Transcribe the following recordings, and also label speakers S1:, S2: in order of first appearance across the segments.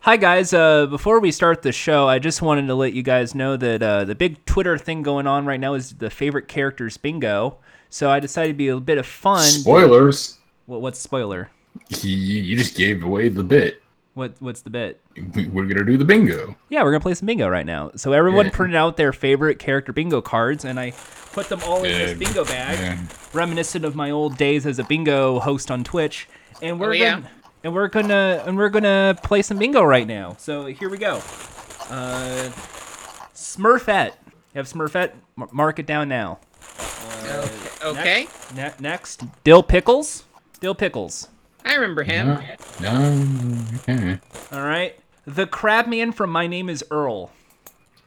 S1: Hi guys, uh, before we start the show, I just wanted to let you guys know that uh, the big Twitter thing going on right now is the favorite characters bingo. So I decided to be a bit of fun.
S2: Spoilers.
S1: What, what's spoiler?
S2: You, you just gave away the bit.
S1: What what's the bit?
S2: We- We're gonna do the bingo.
S1: Yeah, we're gonna play some bingo right now. So everyone
S2: Yeah.
S1: printed out their favorite character bingo cards, and I put them all in this
S2: Yeah,
S1: bingo bag,
S2: yeah.
S1: reminiscent of my old days as a bingo host on Twitch. And we're
S3: Oh, yeah.
S1: gonna, and we're gonna and we're gonna play some bingo right now. So here we go. Uh, Smurfette. You have Smurfette. M- mark it down now.
S3: Okay,
S1: Ne- next, Dill Pickles. Dill Pickles.
S3: I remember him.
S2: No, no, uh, okay.
S1: All right. The Crabman from My Name is Earl.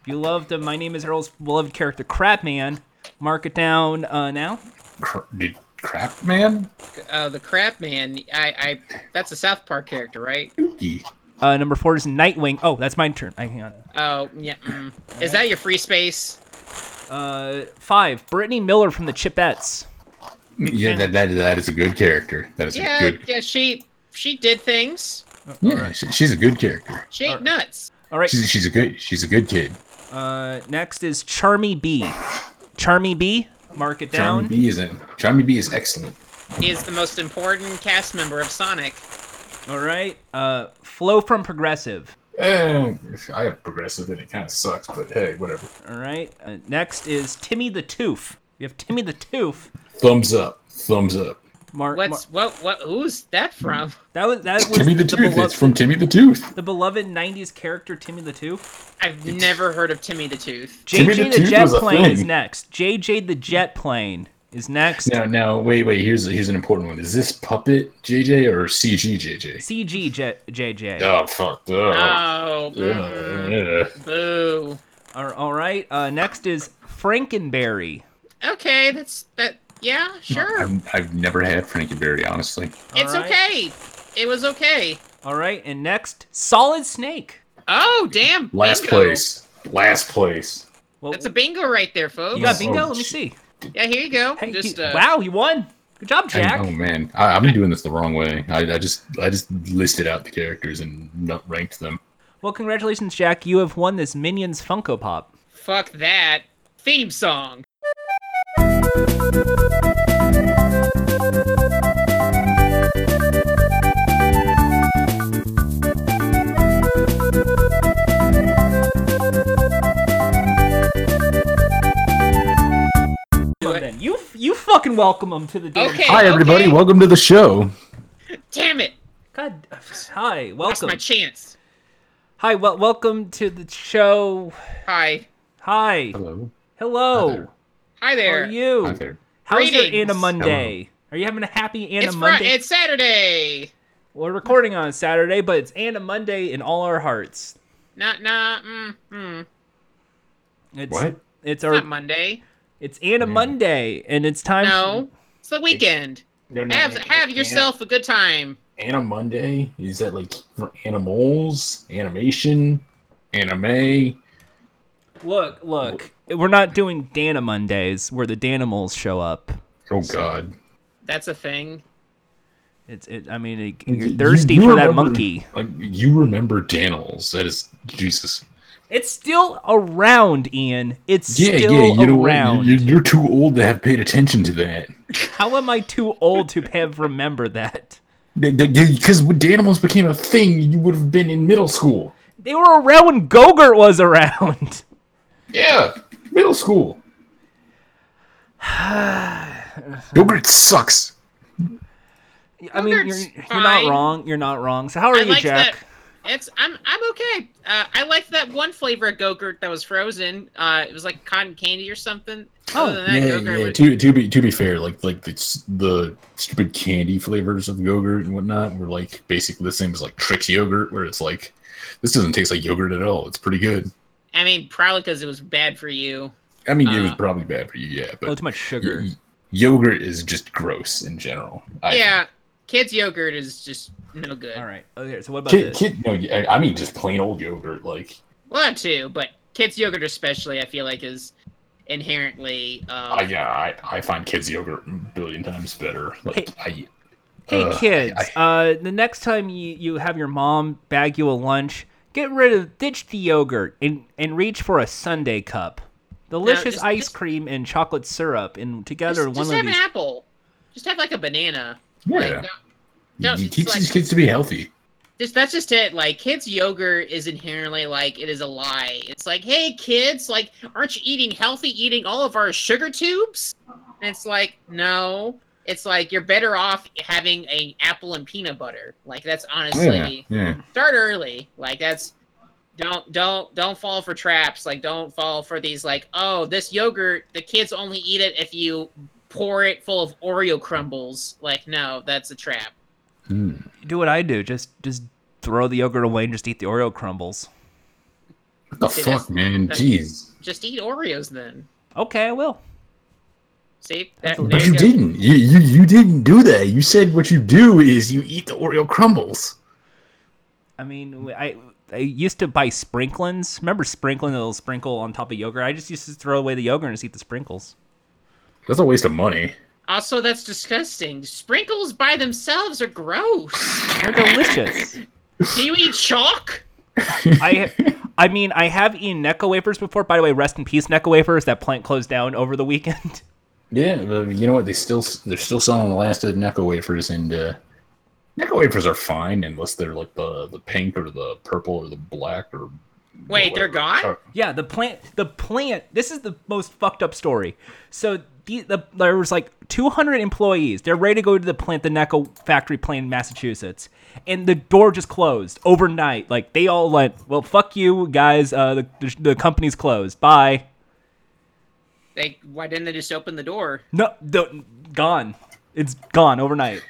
S1: If you loved uh, My Name is Earl's beloved character, Crabman, mark it down uh, now.
S2: Cr- did crap man?
S3: Uh, the crap man. I, I. That's a South Park character, right?
S2: Ye-
S1: Uh, number four is Nightwing. Oh, that's my turn. I hang on.
S3: Oh yeah. Mm. Is that your free space?
S1: Uh, five, Brittany Miller from the Chipettes.
S2: Yeah, that, that that is a good character. That is
S3: Yeah,
S2: a good.
S3: yeah. She she did things.
S2: Yeah, she, she's a good character.
S3: She ain't
S1: Alright.
S3: nuts.
S1: All right.
S2: She's she's a good she's a good kid.
S1: Uh, next is Charmy B. Charmy B, mark it down.
S2: Charmy B is a, Charmy B is excellent.
S3: He is the most important cast member of Sonic.
S1: All right. Uh, Flo from Progressive.
S2: Eh, I have progressive and it kind of sucks, but hey, whatever.
S1: All right. Uh, next is Timmy the Toof. You have Timmy the Toof.
S2: Thumbs up, thumbs up.
S1: Mark. mar-
S3: What's what what? Who's that from?
S1: that was that was
S2: Timmy the, Tooth.
S1: beloved-
S2: It's from Timmy the Tooth.
S1: the beloved 90s character Timmy the Tooth.
S3: I've never heard of Timmy the Tooth.
S2: Timmy
S1: JJ
S2: the
S1: the,
S2: Tooth
S1: Jet
S2: was a
S1: Plane is
S2: thing.
S1: next. JJ the Jet Plane is next.
S2: Now, now, wait, wait. Here's here's an important one. Is this puppet JJ or CG JJ?
S1: CG Jet JJ.
S2: Oh fuck! Oh.
S3: Oh,
S2: Yeah,
S3: mm,
S2: yeah.
S3: boo.
S1: Ar- all right. Uh, next is Frankenberry.
S3: Okay, that's that. Yeah, sure.
S2: I've, I've never had Frankenberry, honestly.
S3: it's
S1: Alright.
S3: okay. It was okay.
S1: All right. And next, Solid Snake.
S3: Oh damn.
S2: Last
S3: bingo.
S2: place. Last place.
S1: Well,
S3: That's a bingo right there, folks.
S1: you got
S2: Oh,
S1: bingo? Let me
S2: gee.
S1: see.
S3: Yeah, here you go.
S1: Hey,
S3: Just
S1: you-
S3: uh,
S1: wow, you won. Good job,
S2: I-
S1: Jack.
S2: oh man, I, I've been doing this the wrong way. I, I just I just listed out the characters and not ranked them.
S1: Well, congratulations, Jack. You have won this Minions Funko Pop.
S3: fuck that theme song.
S1: Come on, then. You you fucking welcome him to the damn
S3: Okay.
S2: Hi everybody,
S3: okay.
S2: welcome to the show.
S3: Damn it.
S1: God. Hi,
S3: That's
S1: welcome.
S3: my chance.
S1: Hi, well, welcome to the show.
S3: Hi.
S1: Hi.
S2: Hello.
S1: Hello.
S2: Hi
S1: How
S2: there.
S3: Hi there.
S1: are you?
S2: Hi there.
S1: How's your
S3: Greetings.
S1: Anna Monday? Are you having a happy Anna
S3: It's Friday.
S1: Monday?
S3: It's Saturday.
S1: We're recording on Saturday, but it's Anna Monday in all our hearts.
S3: Not nah. Mm, mm.
S1: It's,
S2: What?
S1: It's
S3: Not
S1: our
S3: Monday.
S1: it's Anna Monday, and it's time.
S3: No. It's the weekend.
S2: No, no,
S3: Have
S2: Anna-
S3: have yourself a good time.
S2: Anna, Anna Monday. Is that like for animals, animation, anime?
S1: Look, look. We're not doing Dana Mondays, where the Danimals show up.
S2: Oh God.
S3: That's a thing.
S1: It's. It, I mean, it, you're
S2: You-
S1: thirsty
S2: you
S1: for that
S2: remember-
S1: monkey.
S2: Like you remember Danils? That is Jesus.
S1: It's still around, Ian. It's
S2: Yeah,
S1: still
S2: yeah. You know
S1: around.
S2: what? You're, you're too old to have paid attention to that.
S1: How am I too old to have remembered that?
S2: Because when Danimals became a thing, you would have been in middle school.
S1: They were around when Gogurt was around.
S2: Yeah, middle school. Yogurt sucks.
S1: I mean, you're,
S3: Yogurt's
S1: you're not
S3: fine.
S1: wrong. You're not wrong. So how are
S3: I
S1: you,
S3: like
S1: Jack?
S3: that. It's I'm I'm okay. Uh, I liked that one flavor of Gogurt that was frozen. Uh, it was like cotton candy or something.
S1: Oh,
S3: Other than that,
S2: Yeah,
S3: Go-Gurt
S2: yeah.
S3: was-
S2: To, to be to be fair, like like the s- the stupid candy flavors of yogurt and whatnot were like basically the same as like Trix yogurt, where it's like this doesn't taste like yogurt at all. It's pretty good.
S3: I mean, probably because it was bad for you.
S2: I mean, it was
S1: Uh-huh.
S3: Uh,
S2: probably bad for you, yeah,
S1: Oh,
S2: but
S1: too much sugar.
S2: y- yogurt is just gross in general. I,
S3: yeah, kids' yogurt is just no good.
S1: All right. Okay. So what about
S2: kid,
S1: this?
S2: kid, no, I I mean just plain old yogurt, like
S3: Well, that too, but kids' yogurt especially, I feel like is inherently. Um,
S2: I yeah, I, I find kids yogurt a billion times better. Like I,
S1: Hey
S2: Ugh,
S1: kids,
S2: I-
S1: uh, the next time you, you have your mom bag you a lunch, get rid of ditch the yogurt and, and reach for a Sunday cup. Delicious
S3: just-
S1: ice
S3: just-
S1: cream and chocolate syrup, and
S3: Just,
S1: together
S3: just
S1: one of
S3: have
S1: these.
S3: an apple. Just have like a banana. Like,
S2: Yeah,
S3: no- no,
S2: you
S3: it's
S2: teach
S3: like-
S2: these kids to be healthy.
S3: Just, that's just it. Like kids' yogurt is inherently like it is a lie. It's like, hey kids, like aren't you eating healthy? Eating all of our sugar tubes? And it's like, no. It's like you're better off having an apple and peanut butter. Like that's honestly
S2: Yeah, yeah.
S3: start early. Like that's don't don't don't fall for traps. Like don't fall for these like oh this yogurt the kids only eat it if you pour it full of Oreo crumbles. Like no, that's a trap.
S2: Hmm.
S1: Do what I do. Just just throw the yogurt away and just eat the Oreo crumbles.
S2: What the
S3: See, that's-
S2: fuck, man?
S3: that's-
S2: Jeez.
S3: Just eat Oreos then.
S1: Okay, I will.
S3: See, that,
S1: But
S2: But
S3: there
S2: you
S3: go.
S2: didn't. You, you you didn't do that. You said what you do is you eat the Oreo crumbles.
S1: I mean, I I used to buy sprinklins. Remember sprinkling that little sprinkle on top of yogurt? I just used to throw away the yogurt and just eat the sprinkles.
S2: That's a waste of money.
S3: Also, that's disgusting. Sprinkles by themselves are gross.
S1: They're delicious.
S3: Do you eat chalk?
S1: I I mean, I have eaten Necco wafers before. By the way, rest in peace, Necco wafers. That plant closed down over the weekend.
S2: Yeah, but you know what? They still they're still selling the last of the Necco wafers, and uh, Necco wafers are fine unless they're like the the pink or the purple or the black or.
S3: Wait, they're gone?
S2: Oh,
S1: yeah, the plant, the plant. This is the most fucked up story. So the, the there was like 200 employees. They're ready to go to the plant, the Necco factory plant in Massachusetts, and the door just closed overnight. Like they all went, well, fuck you guys. Uh, the the, the company's closed. Bye.
S3: They why didn't they just open the door?
S1: No, the, gone. It's gone overnight.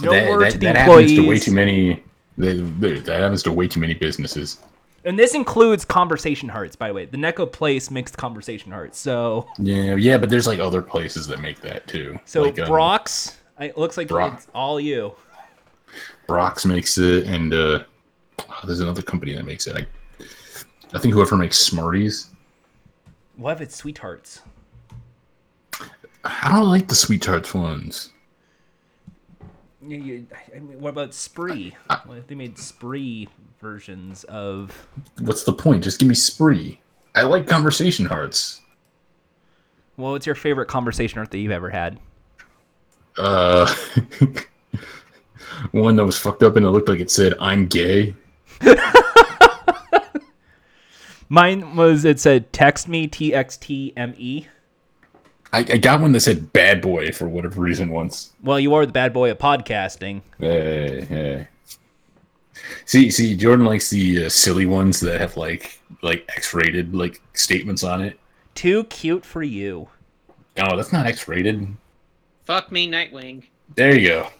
S1: No
S2: that,
S1: word
S2: that-
S1: to the
S2: that
S1: employees.
S2: happens to way too many. That, that- that happens to way too many businesses.
S1: And this includes conversation hearts, by the way. The Necco place makes conversation hearts. So,
S2: Yeah, yeah, but there's like other places that make that too.
S1: so
S2: like, um,
S1: Brock's, I, it looks like
S2: Brock.
S1: it's all you.
S2: Brock's makes it, and uh, there's another company that makes it. I, I think whoever makes Smarties.
S1: What if it's sweethearts?
S2: I don't like the sweet tarts ones.
S1: You, you, I mean, what about Spree? What if they made Spree versions of?
S2: What's the point? Just give me Spree. I like conversation hearts.
S1: Well, what's your favorite conversation heart that you've ever had?
S2: Uh, one that was fucked up and it looked like it said "I'm gay."
S1: Mine was it said text me T X T M E.
S2: I, I got one that said "bad boy" for whatever reason once.
S1: Well, you are the bad boy of podcasting.
S2: Hey, hey. See, see, Jordan likes the uh, silly ones that have like like X-rated like statements on it.
S1: Too cute for you.
S2: No, that's not X-rated.
S3: Fuck me, Nightwing.
S2: There you go.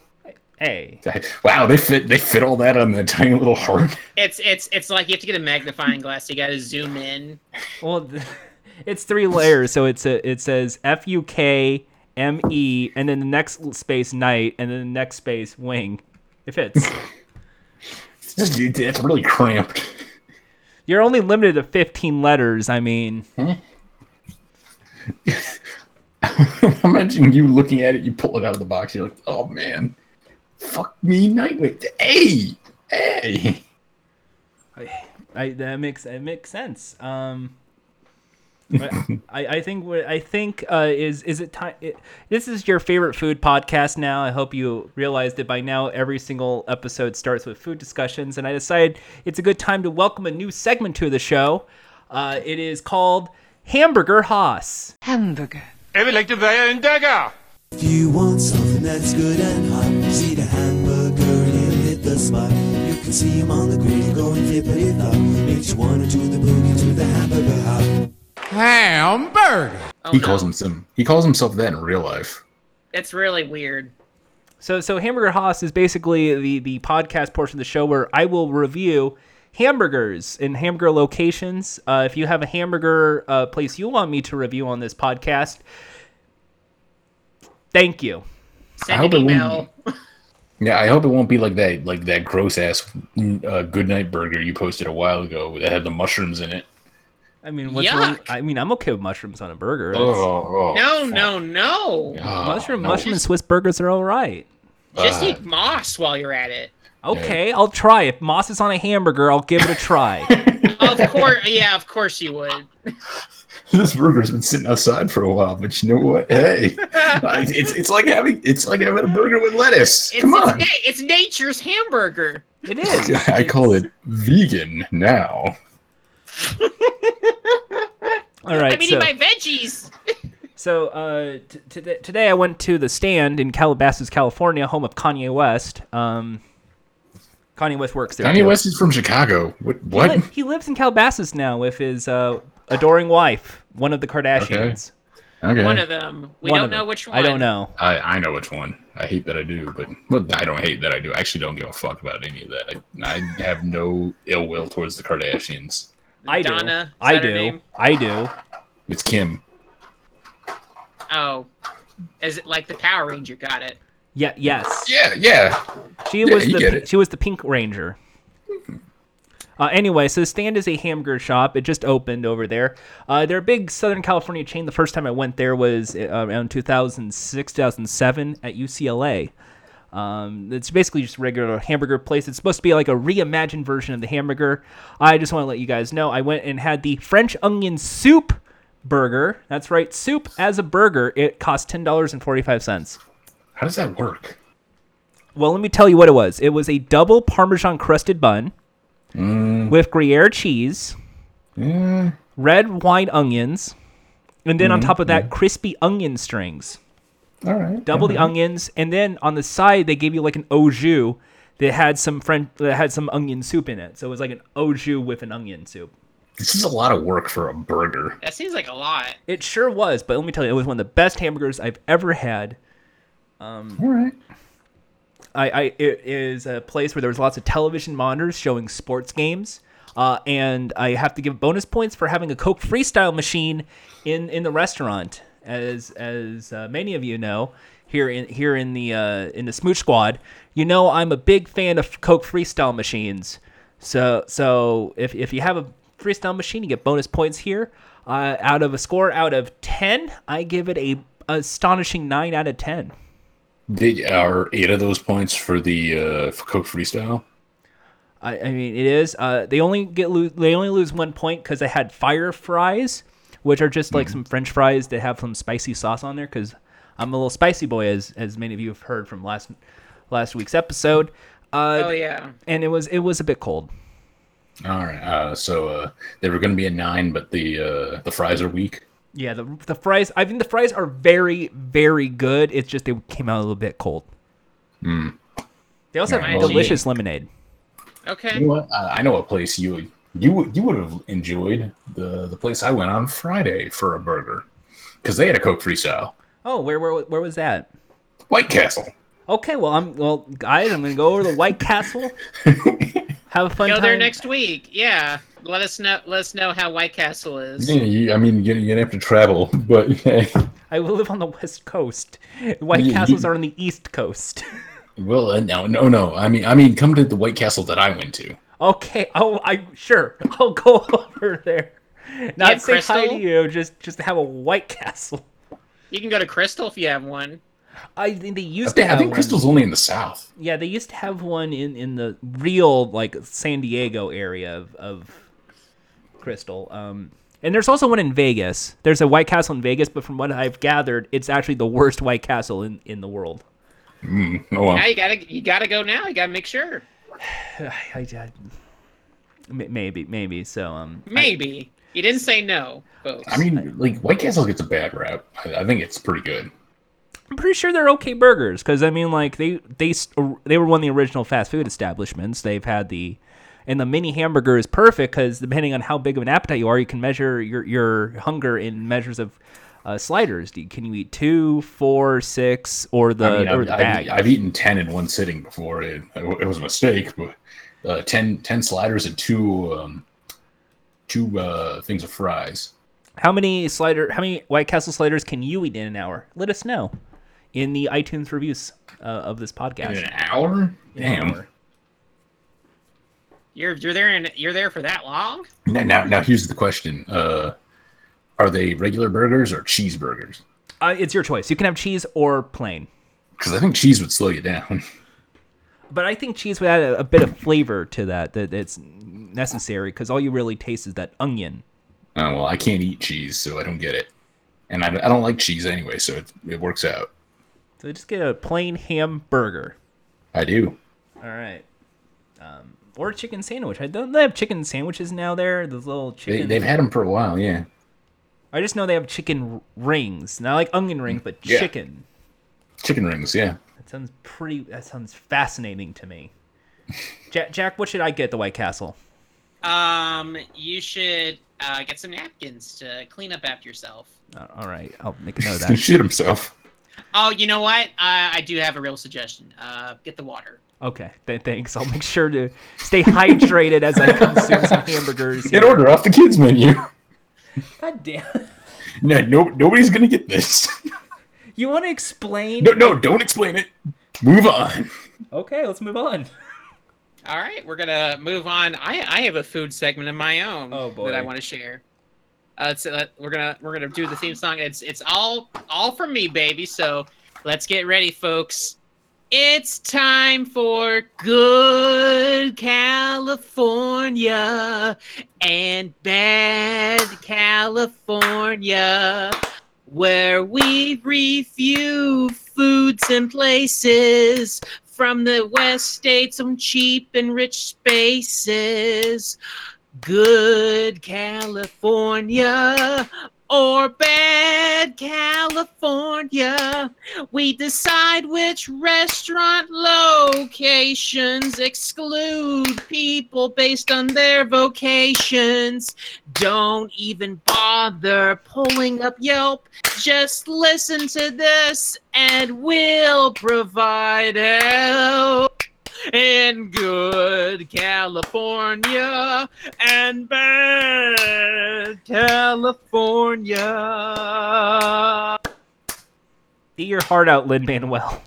S1: Hey,
S2: Wow, they fit they fit all that on the tiny little heart.
S3: It's it's it's like you have to get a magnifying glass. You got to zoom in.
S1: Well, th- it's three layers, so it's a, it says F U K M E, and then the next l- space night, and then the next space wing. It fits.
S2: It's just it's really cramped.
S1: You're only limited to 15 letters. I mean,
S2: Imagine you looking at it, you pull it out of the box, you're like, oh man, fuck me, Nightwing. Hey, hey.
S1: I, that makes it makes sense. Um, but I, I think what I think uh, is is it time? It, this is your favorite food podcast now. I hope you realized it by now. Every single episode starts with food discussions, and I decided it's a good time to welcome a new segment to the show. Uh, it is called Hamburger Haas.
S4: Hamburger.
S5: Er will like to buy a dagger.
S6: If you want something that's good and hot, see the hamburger and he'll hit the spot. You can see him on the grill going flippity flop. Makes you wanna do the boogie to the hamburger hop.
S5: Hamburger.
S3: Oh,
S2: He
S3: no.
S2: calls himself he calls himself that in real life.
S3: It's really weird.
S1: So, so Hamburger Haas is basically the the podcast portion of the show where I will review hamburgers and hamburger locations. Uh, if you have a hamburger uh, place you want me to review on this podcast, thank you.
S3: Send
S2: I hope
S3: an
S2: it won't
S3: email.
S2: Yeah, I hope it won't be like that like that gross ass uh, goodnight burger you posted a while ago that had the mushrooms in it.
S1: I mean, what's wrong?
S3: Yuck.
S1: I mean, I'm okay with mushrooms on a burger. That's-
S2: Oh, oh
S3: No, no, no.
S2: oh,
S1: mushroom,
S2: no.
S1: mushroom, and Swiss burgers are all right.
S3: Just
S2: Uh.
S3: eat moss while you're at it.
S1: Okay, I'll try. If moss is on a hamburger, I'll give it a try.
S3: Of course, yeah, of course you would.
S2: this burger's been sitting outside for a while, but you know what? Hey, I- it's it's like having it's like having a burger with lettuce.
S3: It's,
S2: Come on,
S3: It's, na- it's nature's hamburger.
S1: It is.
S2: I call it vegan now.
S1: All right.
S3: I'm eating
S1: so,
S3: my veggies.
S1: so uh, t- today- today I went to the stand in Calabasas, California, home of Kanye West. Um, Kanye West works there.
S2: Kanye
S1: too.
S2: West is from Chicago. What?
S1: He,
S2: What?
S1: li- he lives in Calabasas now with his uh, adoring wife, one of the Kardashians.
S2: Okay.
S3: One of them. We
S1: One
S3: don't
S1: of
S3: know
S1: them.
S3: which one.
S1: I don't know.
S2: I, I know which one. I hate that I do, but well, I don't hate that I do. I actually don't give a fuck about any of that. I, I have no ill will towards the Kardashians.
S1: I do.
S3: Donna, is
S1: I
S3: that her
S1: do.
S3: name?
S1: I do.
S2: It's Kim.
S3: Oh, is it like the Power Ranger? Got it.
S1: Yeah. Yes.
S2: Yeah, yeah.
S1: She
S2: Yeah,
S1: was
S2: you
S1: the
S2: get
S1: pi-
S2: it.
S1: she was the Pink Ranger. Uh, anyway, so Stand is a hamburger shop. It just opened over there. Uh, they're a big Southern California chain. The first time I went there was uh, around 2006, 2007 at UCLA. Um, it's basically just a regular hamburger place. It's supposed to be like a reimagined version of the hamburger. I just want to let you guys know I went and had the French onion soup burger. That's right, soup as a burger. It cost ten dollars and forty five cents.
S2: How does that work?
S1: Well, let me tell you what it was. It was a double Parmesan crusted bun with Gruyere cheese, red wine onions, and then on top of that, crispy onion strings.
S2: All right.
S1: Double the onions, and then on the side they gave you like an au jus that had some French that had some onion soup in it. So it was like an au jus with an onion soup.
S2: This is a lot of work for a burger.
S3: That seems like a lot.
S1: It sure was, but let me tell you, it was one of the best hamburgers I've ever had.
S2: All right.
S1: I, I it is a place where there was lots of television monitors showing sports games. Uh, and I have to give bonus points for having a Coke freestyle machine in, in the restaurant, as as uh, many of you know here in here in the uh, in the Smooch Squad. You know I'm a big fan of Coke freestyle machines. So so if if you have a freestyle machine, you get bonus points here. Uh, out of a score out of ten, I give it a astonishing nine out of ten.
S2: Did are eight of those points for the uh, for Coke freestyle?
S1: I, I mean, it is. Uh, they only get lo- they only lose one point because I had fire fries, which are just like some French fries that have some spicy sauce on there. Because I'm a little spicy boy, as as many of you have heard from last last week's episode. Uh,
S3: Oh yeah.
S1: and it was it was a bit cold.
S2: All right. Uh, so uh, they were going to be a nine, but the uh, the fries are weak.
S1: Yeah, the the fries. I think the fries are very very good. It's just they came out a little bit cold. They also have
S3: Alright, well,
S1: delicious lemonade.
S3: Okay.
S2: You know what? I, I know a place you you you would have enjoyed the the place I went on Friday for a burger because they had a Coke freestyle.
S1: Oh, where where where was that?
S2: White Castle.
S1: Okay, well I'm well guys, I'm gonna go over to White Castle. Have a fun
S3: Go
S1: time.
S3: there next week. Yeah. Let us know. Let us know how White Castle is.
S2: Yeah, you, I mean, you're gonna have to travel, but hey,
S1: I live on the west coast. White
S2: You-
S1: castles
S2: you-
S1: are on the east coast.
S2: well, uh, no, no, no. I mean, I mean, come to the White Castle that I went to.
S1: okay. Oh, I sure. I'll go over there. Not
S3: have
S1: say hi to
S3: Crystal?
S1: you. Just just have a White Castle.
S3: You can go to Crystal if you have one.
S1: I think they
S2: I
S1: used to
S2: think, I
S1: have
S2: think
S1: one.
S2: Crystal's only in the South.
S1: Yeah, they used to have one in in the real like San Diego area of, of Crystal. Um, and there's also one in Vegas. There's a White Castle in Vegas, but from what I've gathered, it's actually the worst White Castle in in the world.
S2: Oh, well.
S3: Now you gotta you gotta go now. You gotta make sure.
S1: I, I, I- may- maybe maybe so. Um,
S3: Maybe you didn't say no, folks.
S2: I mean, like White Castle gets a bad rap. I, I think it's pretty good.
S1: I'm pretty sure they're okay burgers because I mean, like they they s- or- they were one of the original fast food establishments. They've had the and the mini hamburger is perfect because depending on how big of an appetite you are, you can measure your your hunger in measures of uh, sliders. Do you, can you eat two, four, six, or the
S2: I mean,
S1: or
S2: Uh, I've,
S1: the
S2: I've,
S1: bag?
S2: I've eaten 10 in one sitting before. It, it was a mistake, but uh, 10, 10 sliders and two um, two uh, things of fries.
S1: how many slider? How many White Castle sliders can you eat in an hour? Let us know in the iTunes reviews uh, of this podcast.
S2: In an hour? Damn.
S3: You're you're there and you're there for that long.
S2: Now, now, now here's the question uh, Are they regular burgers or cheeseburgers?
S1: Uh, it's your choice. You can have cheese or plain.
S2: because I think cheese would slow you down.
S1: But I think cheese would add a, a bit of flavor to that that it's necessary because all you really taste is that onion.
S2: Uh, well, I can't eat cheese, so I don't get it, and I, I don't like cheese anyway, so it, it works out.
S1: So just get a plain ham burger.
S2: I do.
S1: All right. Um, or a chicken sandwich. I don't they have chicken sandwiches now there? Those little
S2: They,
S1: chicken.
S2: they've had them for a while, yeah.
S1: I just know they have chicken rings. Not like onion rings, but
S2: Yeah.
S1: chicken.
S2: Chicken rings, yeah.
S1: That sounds pretty. That sounds fascinating to me. Jack, Jack, what should I get at the White Castle?
S3: Um, you should uh, get some napkins to clean up after yourself.
S1: Uh, all right, I'll make a note of
S2: He
S1: that.
S2: shit himself.
S3: Oh, you know what? Uh, I do have a real suggestion. Uh, get the water.
S1: Okay, th- thanks. I'll make sure to stay hydrated as I consume some hamburgers.
S2: Get
S1: here.
S2: order off the kids menu.
S1: God damn.
S2: No, no, nobody's gonna get this.
S1: You want to explain?
S2: No, no, don't explain it. Move on.
S1: Okay, let's move on.
S3: All right, we're gonna move on. I I have a food segment of my own
S1: Oh, boy.
S3: that I want to share. Uh, so uh, we're gonna we're gonna do the theme song. It's it's all all from me, baby. So let's get ready, folks. It's time for good California and bad California, where we review foods and places from the West States on cheap and rich spaces. Good California or bad California. We decide which restaurant locations exclude people based on their vocations. Don't even bother pulling up Yelp. Just listen to this, and we'll provide help in good California and bad California.
S1: Eat your heart out, Lin Manuel.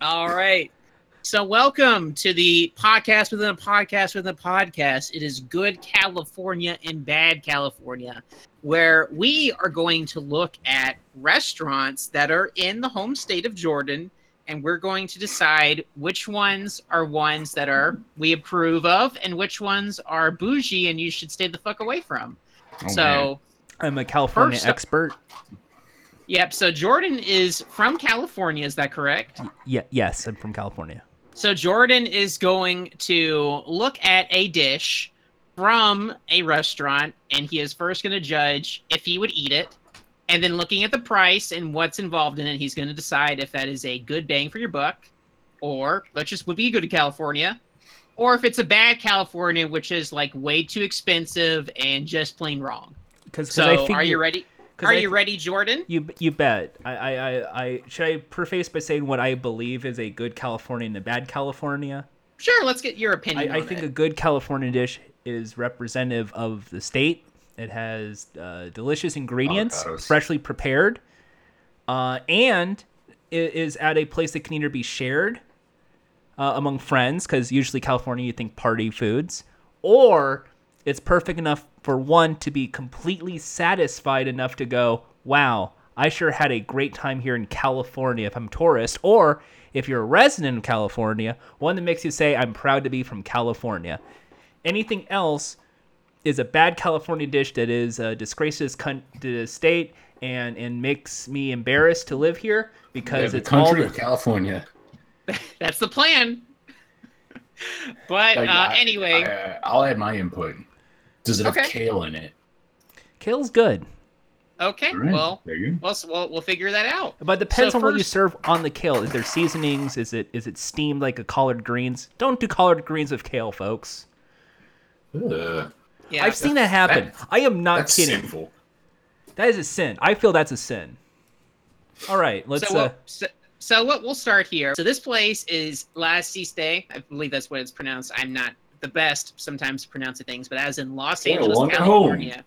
S3: All right. So, welcome to the podcast within a podcast within a podcast. It is Good California and Bad California, where we are going to look at restaurants that are in the home state of Jordan, and we're going to decide which ones are ones that are we approve of, and which ones are bougie and you should stay the fuck away from.
S2: Oh,
S3: so.
S2: man.
S1: I'm a California
S3: First-
S1: expert.
S3: Yep. So Jordan is from California. Is that correct?
S1: Yeah, yes, I'm from California.
S3: So Jordan is going to look at a dish from a restaurant, and he is first going to judge if he would eat it, and then looking at the price and what's involved in it, he's going to decide if that is a good bang for your buck, or let's just would be good to California, or if it's a bad California, which is like way too expensive and just plain wrong.
S1: Because
S3: So
S1: I think
S3: are you ready?
S1: 'cause
S3: Are
S1: I
S3: you
S1: thi-
S3: ready, Jordan?
S1: You you bet. I, I, I, I should I preface by saying what I believe is a good California and a bad California.
S3: Sure. Let's get your opinion.
S1: I, I
S3: on
S1: think
S3: it.
S1: a good California dish is representative of the state. It has uh, delicious ingredients,
S2: Avocados.
S1: freshly prepared, uh, and it is at a place that can either be shared uh, among friends, because usually California you think party foods, or it's perfect enough for one to be completely satisfied enough to go, wow, I sure had a great time here in California if I'm a tourist, or if you're a resident of California, one that makes you say, I'm proud to be from California. Anything else is a bad California dish that is a disgrace to this, con- to this state and, and makes me embarrassed to live here
S2: Yeah,
S1: because
S2: the
S1: it's all
S2: country of California.
S3: That's the plan. but
S2: Like,
S3: uh,
S2: I-
S3: anyway,
S2: I, will add my input. Does it have
S3: Okay.
S2: kale in it?
S1: kale's good.
S3: okay.
S2: All right,
S3: Well,
S2: there you go.
S3: we'll, s- we'll we'll figure that out.
S1: But depends
S3: So
S1: on what you
S3: first-
S1: serve on the kale. Is there seasonings? Is it is it steamed like a collard greens? Don't do collard greens with kale, folks.
S2: Ugh,
S3: Yeah.
S1: I've seen that happen. I am not
S2: Uh, that's
S1: kidding.
S2: sinful.
S1: That is a sin. I feel that's a sin. All right, let's.
S3: so,
S1: uh,
S3: we'll, so, so what we'll start here. So this place is La Ciste. I believe that's what it's pronounced. I'm not the best sometimes pronouncing things, but as in Los
S2: Yeah,
S3: Angeles,
S2: long at
S3: California.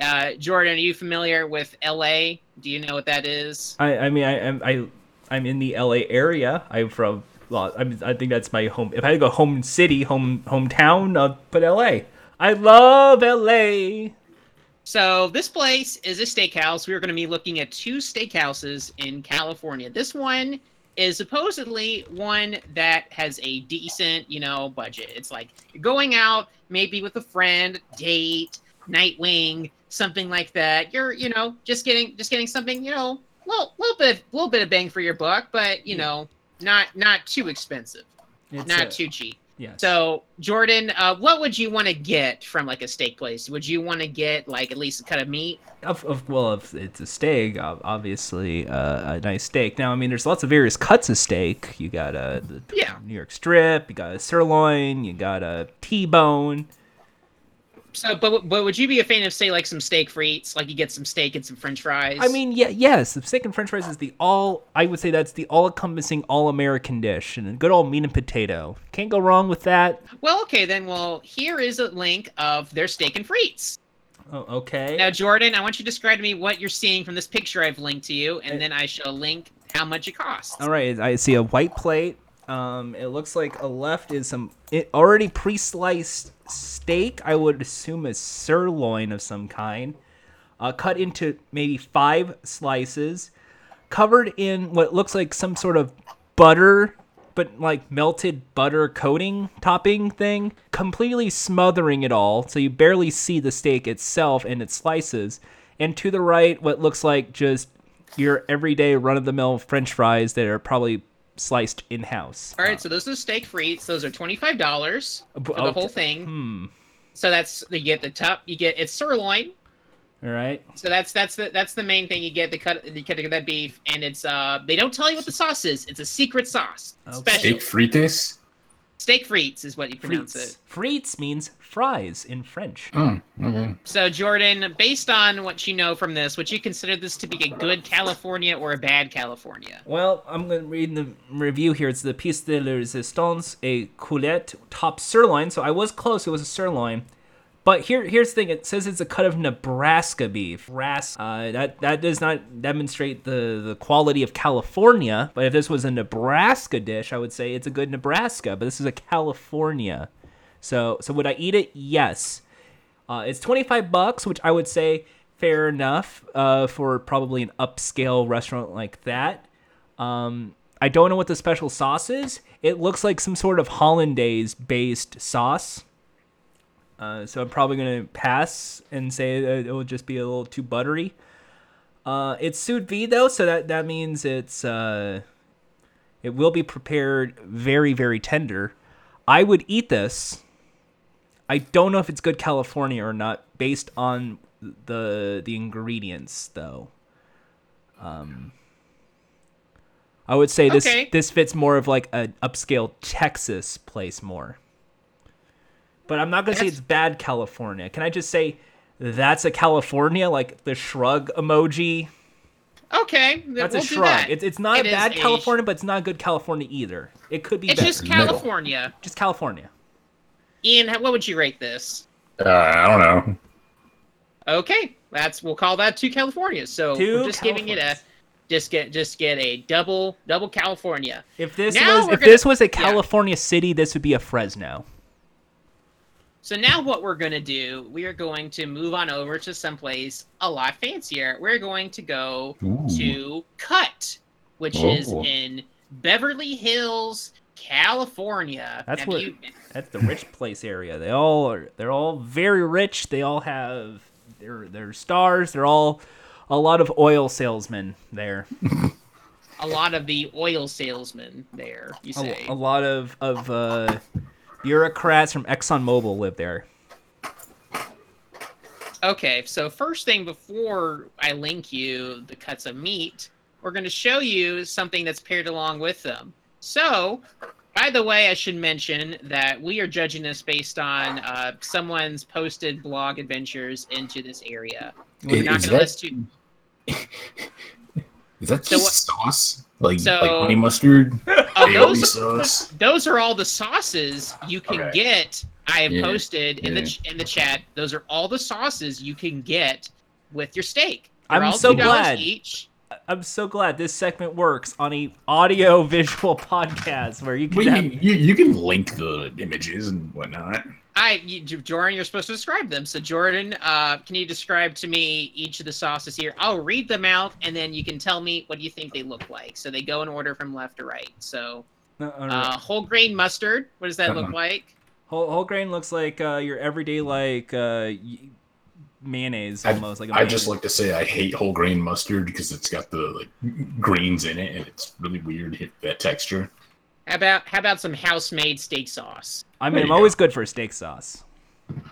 S3: Uh, Jordan, are you familiar with LA? Do you know what that is?
S1: I I mean I am I I'm in the L.A. area. I'm from. Well, I'm, I think that's my home. If I had to go home city, home hometown, I'll put L.A. I love L.A.
S3: So this place is a steakhouse. We are going to be looking at two steakhouses in California. This one is supposedly one that has a decent, you know, budget. It's like you're going out maybe with a friend, date, Nightwing, something like that. You're, you know, just getting just getting something, you know, little little bit of, little bit of bang for your buck, but you know, not not too expensive,
S1: It's
S3: not
S1: a-
S3: too cheap.
S1: Yes.
S3: So, Jordan, uh, what would you want to get from like a steak place? Would you want to get like at least a cut of meat?
S1: of, of well, if it's a steak, ob- obviously uh, a nice steak. Now, I mean, there's lots of various cuts of steak. You got a the
S3: Yeah.
S1: New York strip. You got a sirloin. You got a T-bone.
S3: So, but but would you be a fan of say like some steak frites? Like you get some steak and some French fries.
S1: I mean, yeah, yes, the steak and French fries is the all. I would say that's the all-encompassing, all-American dish, and a good old meat and potato. Can't go wrong with that.
S3: well, okay then. Well, here is a link of their steak and frites.
S1: Oh, okay.
S3: Now, Jordan, I want you to describe to me what you're seeing from this picture I've linked to you, and then I shall link how much it costs.
S1: All right, I see a white plate. Um, it looks like a left is some it already pre-sliced steak. I would assume a sirloin of some kind, uh, cut into maybe five slices, covered in what looks like some sort of butter, but like melted butter coating topping thing, completely smothering it all, so you barely see the steak itself and its slices. And to the right, what looks like just your everyday run-of-the-mill French fries that are probably sliced in house.
S3: All right, so those are steak frites. Those are twenty five dollars for
S1: b-
S3: the
S1: oh,
S3: whole
S1: t-
S3: thing. So that's you get the top. You get it's sirloin.
S1: All right.
S3: So that's that's the that's the main thing you get the cut you get that beef and it's uh they don't tell you what the sauce is it's a secret sauce
S1: Okay.
S3: special
S2: Steak frites?
S3: steak frites is what you pronounce
S1: Frites.
S3: it.
S1: Frites means fries in French.
S2: Oh, okay.
S3: So Jordan, based on what you know from this, would you consider this to be a good California or a bad California?
S1: Well, I'm going to read the review here. It's the piece de la resistance, a coulette top sirloin. So I was close. It was a sirloin. But here, here's the thing. It says it's a cut of Nebraska beef. Ras- uh, that that does not demonstrate the, the quality of California. But if this was a Nebraska dish, I would say it's a good Nebraska. But this is a California. So so would I eat it? Yes. Uh, it's 25 bucks, which I would say fair enough uh, for probably an upscale restaurant like that. Um, I don't know what the special sauce is. It looks like some sort of hollandaise based sauce. Uh, so I'm probably gonna pass and say it, it will just be a little too buttery. Uh, it's sous vide though, so that that means it's uh, it will be prepared very very tender. I would eat this. I don't know if it's good California or not based on the the ingredients though. Um, I would say this
S3: Okay.
S1: this fits more of like an upscale Texas place more. But I'm not gonna say
S3: That's-
S1: it's bad California. Can I just say that's a California like the shrug emoji?
S3: Okay, th-
S1: That's
S3: we'll
S1: a
S3: do
S1: shrug.
S3: that.
S1: It's it's not
S3: It
S1: a
S3: is
S1: bad
S3: a sh-
S1: California, but it's not good California either. It could be
S3: It's
S1: better.
S3: just
S2: Middle.
S3: California.
S1: Just California.
S3: Ian, how- what would you rate this?
S2: Uh, I don't know.
S3: Okay, that's we'll call that two Californias. So
S1: Two
S3: we're just giving it a
S1: Californias.
S3: just get just get a double double California.
S1: If this
S3: Now
S1: was
S3: we're
S1: if
S3: gonna-
S1: this was a
S3: yeah.
S1: California city, this would be a Fresno.
S3: So now what we're gonna do, we are going to move on over to someplace a lot fancier. We're going to go
S2: Ooh.
S3: to Cut, which is
S2: Oh.
S3: in Beverly Hills, California.
S1: That's
S3: Have
S1: what-
S3: you-
S1: That's the rich place area. They all are they're all very rich. They all have their their stars. They're all a lot of oil salesmen there.
S3: a lot of the oil salesmen there. You say
S1: A, a lot of of uh, bureaucrats from ExxonMobil live there.
S3: Okay, so first thing before I link you the cuts of meat, we're going to show you something that's paired along with them. So, by the way, I should mention that we are judging this based on uh, someone's posted blog adventures into this area. We're
S2: Is-
S3: not
S2: is
S3: going to
S2: that-
S3: list too.
S2: Is that
S3: So
S2: just
S3: what-
S2: sauce? Like,
S3: so-
S2: like honey mustard?
S3: Oh,
S2: Aioli
S3: those,
S2: sauce?
S3: those are all the sauces you can
S2: Okay.
S3: get. I have
S2: Yeah,
S3: posted in the
S2: yeah.
S3: ch- in the chat. Those are all the sauces you can get with your steak.
S1: I'm
S3: all
S1: so
S3: $2
S1: glad.
S3: each.
S1: I'm so glad this segment works on a audio visual podcast where you can
S2: Well,
S1: have
S2: you, you, you can link the images and whatnot.
S3: I you, Jordan, you're supposed to describe them. So Jordan, uh, can you describe to me each of the sauces here? I'll read them out, and then you can tell me what you think they look like. So they go in order from left to right. So
S1: Uh, all right.
S3: uh, whole grain mustard. What does that look
S2: Uh-huh.
S3: like?
S1: whole, whole grain looks like uh, your everyday like uh, y- mayonnaise
S2: I-
S1: almost. like a
S2: I just
S1: mayonnaise.
S2: like to say I hate whole grain mustard because it's got the like grains in it and it's really weird hit that texture.
S3: How about how about some house made steak sauce?
S1: I
S2: There
S1: mean, I'm
S2: you
S1: always good for a steak sauce.
S3: How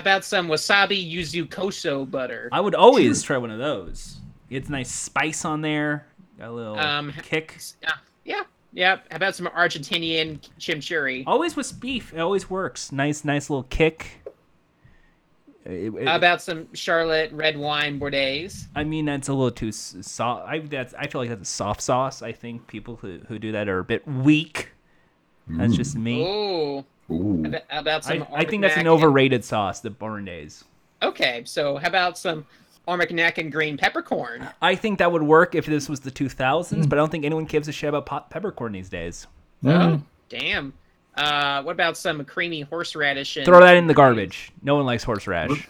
S3: about some wasabi yuzu koso butter?
S1: I would always try one of those. It's nice spice on there. Got a little
S3: Um,
S1: kick.
S3: Yeah, yeah, yeah. How about some Argentinian chimichurri?
S1: Always with beef, it always works. Nice, nice little kick. It- it-
S3: How about some Charlotte red wine bordets?
S1: I mean, that's a little too s- soft. I that's I feel like that's a soft sauce. I think people who, who do that are a bit weak. That's just me.
S3: Oh,
S2: Ooh.
S3: how about some?
S1: I, I think that's an
S3: Armagnac and-
S1: overrated sauce, the Borndaise.
S3: Okay, so how about some Armagnac and green peppercorn?
S1: I think that would work if this was the 2000s, but I don't think anyone gives a shit about pot peppercorn these days.
S3: Oh, damn. Uh, what about some creamy horseradish? And
S1: Throw that in the garbage. No one likes horseradish.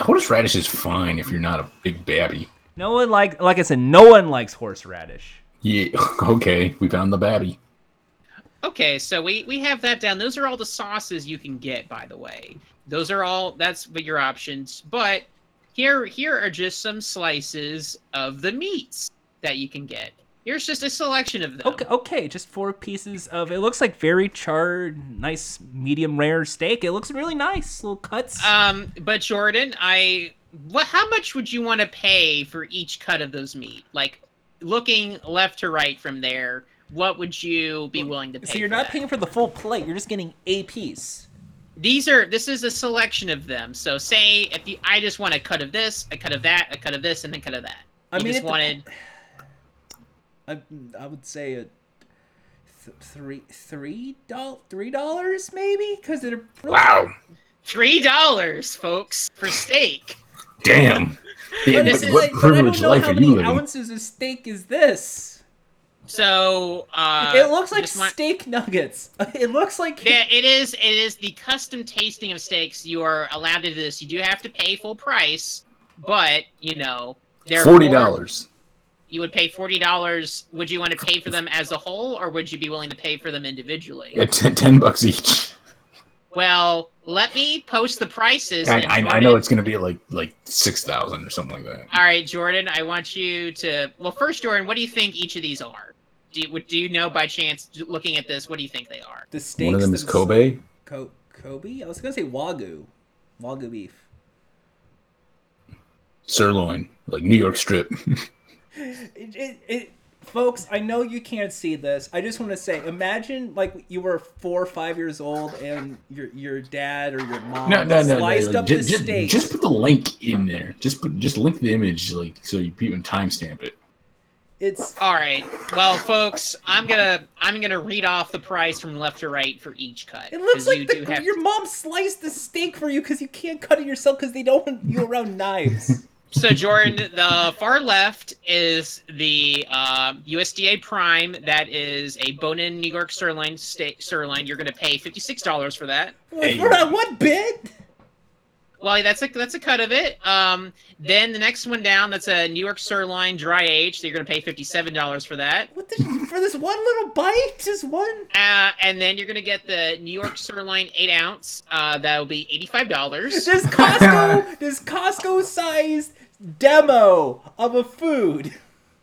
S2: Horseradish Uh, is fine if you're not a big babby.
S1: No one like like I said, no one likes horseradish.
S2: Yeah, okay, we found the babby.
S3: Okay, so we we have that down. Those are all the sauces you can get, by the way. Those are all that's what your options. But here here are just some slices of the meats that you can get. Here's just a selection of them.
S1: Okay, okay, just four pieces of it looks like very charred, nice medium rare steak. It looks really nice, little cuts.
S3: Um, but Jordan, I what? How much would you want to pay for each cut of those meat? Like, looking left to right from there, what would you be willing to pay?
S1: so you're
S3: for
S1: not
S3: that?
S1: paying for the full plate. You're just getting a piece.
S3: These are this is a selection of them. So say if you, I just want a cut of this, a cut of that, a cut of this, and a cut of that.
S1: I
S3: You
S1: mean,
S3: just
S1: it dep-
S3: wanted.
S1: I, I would say a th- three three doll three dollars maybe because they're
S2: Wow,
S3: Three dollars, folks, for steak.
S2: damn. Yeah,
S1: But
S2: what
S1: it's like-
S2: what
S1: but I
S2: privileged
S1: don't know
S2: life
S1: how
S2: are you
S1: many
S2: living?
S1: ounces of steak is this.
S3: So uh,
S1: it looks like
S3: just want-
S1: steak nuggets. It looks like
S3: Yeah, it is. It is the custom tasting of steaks. You are allowed to do this. You do have to pay full price, but you know they're
S2: Forty dollars.
S3: You would pay forty dollars. Would you want to pay for them as a whole, or would you be willing to pay for them individually?
S2: Yeah, ten, 10 bucks each.
S3: Well, let me post the prices.
S2: I,
S3: and
S2: I, I
S3: Jordan-
S2: know it's gonna be like like six thousand or something like that.
S3: All right, Jordan. I want you to. Well, first, Jordan, what do you think each of these are? Do you, would- do you know by chance, looking at this, what do you think they are?
S1: the steaks.
S2: One of them is
S1: thems-
S2: Kobe.
S1: Co- Kobe. I was gonna say wagyu, wagyu beef.
S2: Sirloin, like New York strip.
S1: It, it, it, folks, I know you can't see this. I just want to say, imagine like you were four or five years old and your your dad or your mom
S2: no, no, no, no.
S1: sliced
S2: like,
S1: up
S2: just,
S1: the
S2: just,
S1: steak.
S2: just put the link in there. Just put just link the image like so you people can timestamp it.
S1: It's
S3: All right. Well, folks, I'm gonna I'm gonna read off the price from left to right for each cut.
S1: It looks
S3: 'cause
S1: like
S3: you
S1: the,
S3: do have-
S1: your mom sliced the steak for you because you can't cut it yourself because they don't want you around knives.
S3: So Jordan, the far left is the uh, USDA Prime. That is a bone-in New York sirloin. Sta- sirloin. You're gonna pay fifty-six dollars for that.
S1: Like,
S2: Hey.
S1: for that one bit?
S3: Well, that's a that's a cut of it. Um, then the next one down, that's a New York sirloin dry aged. So you're gonna pay fifty-seven dollars for that.
S1: What the, for this one little bite? Just one?
S3: Uh, and then you're gonna get the New York sirloin eight ounce. Uh, that'll be eighty-five dollars.
S1: This Costco, this Costco-sized demo of a food.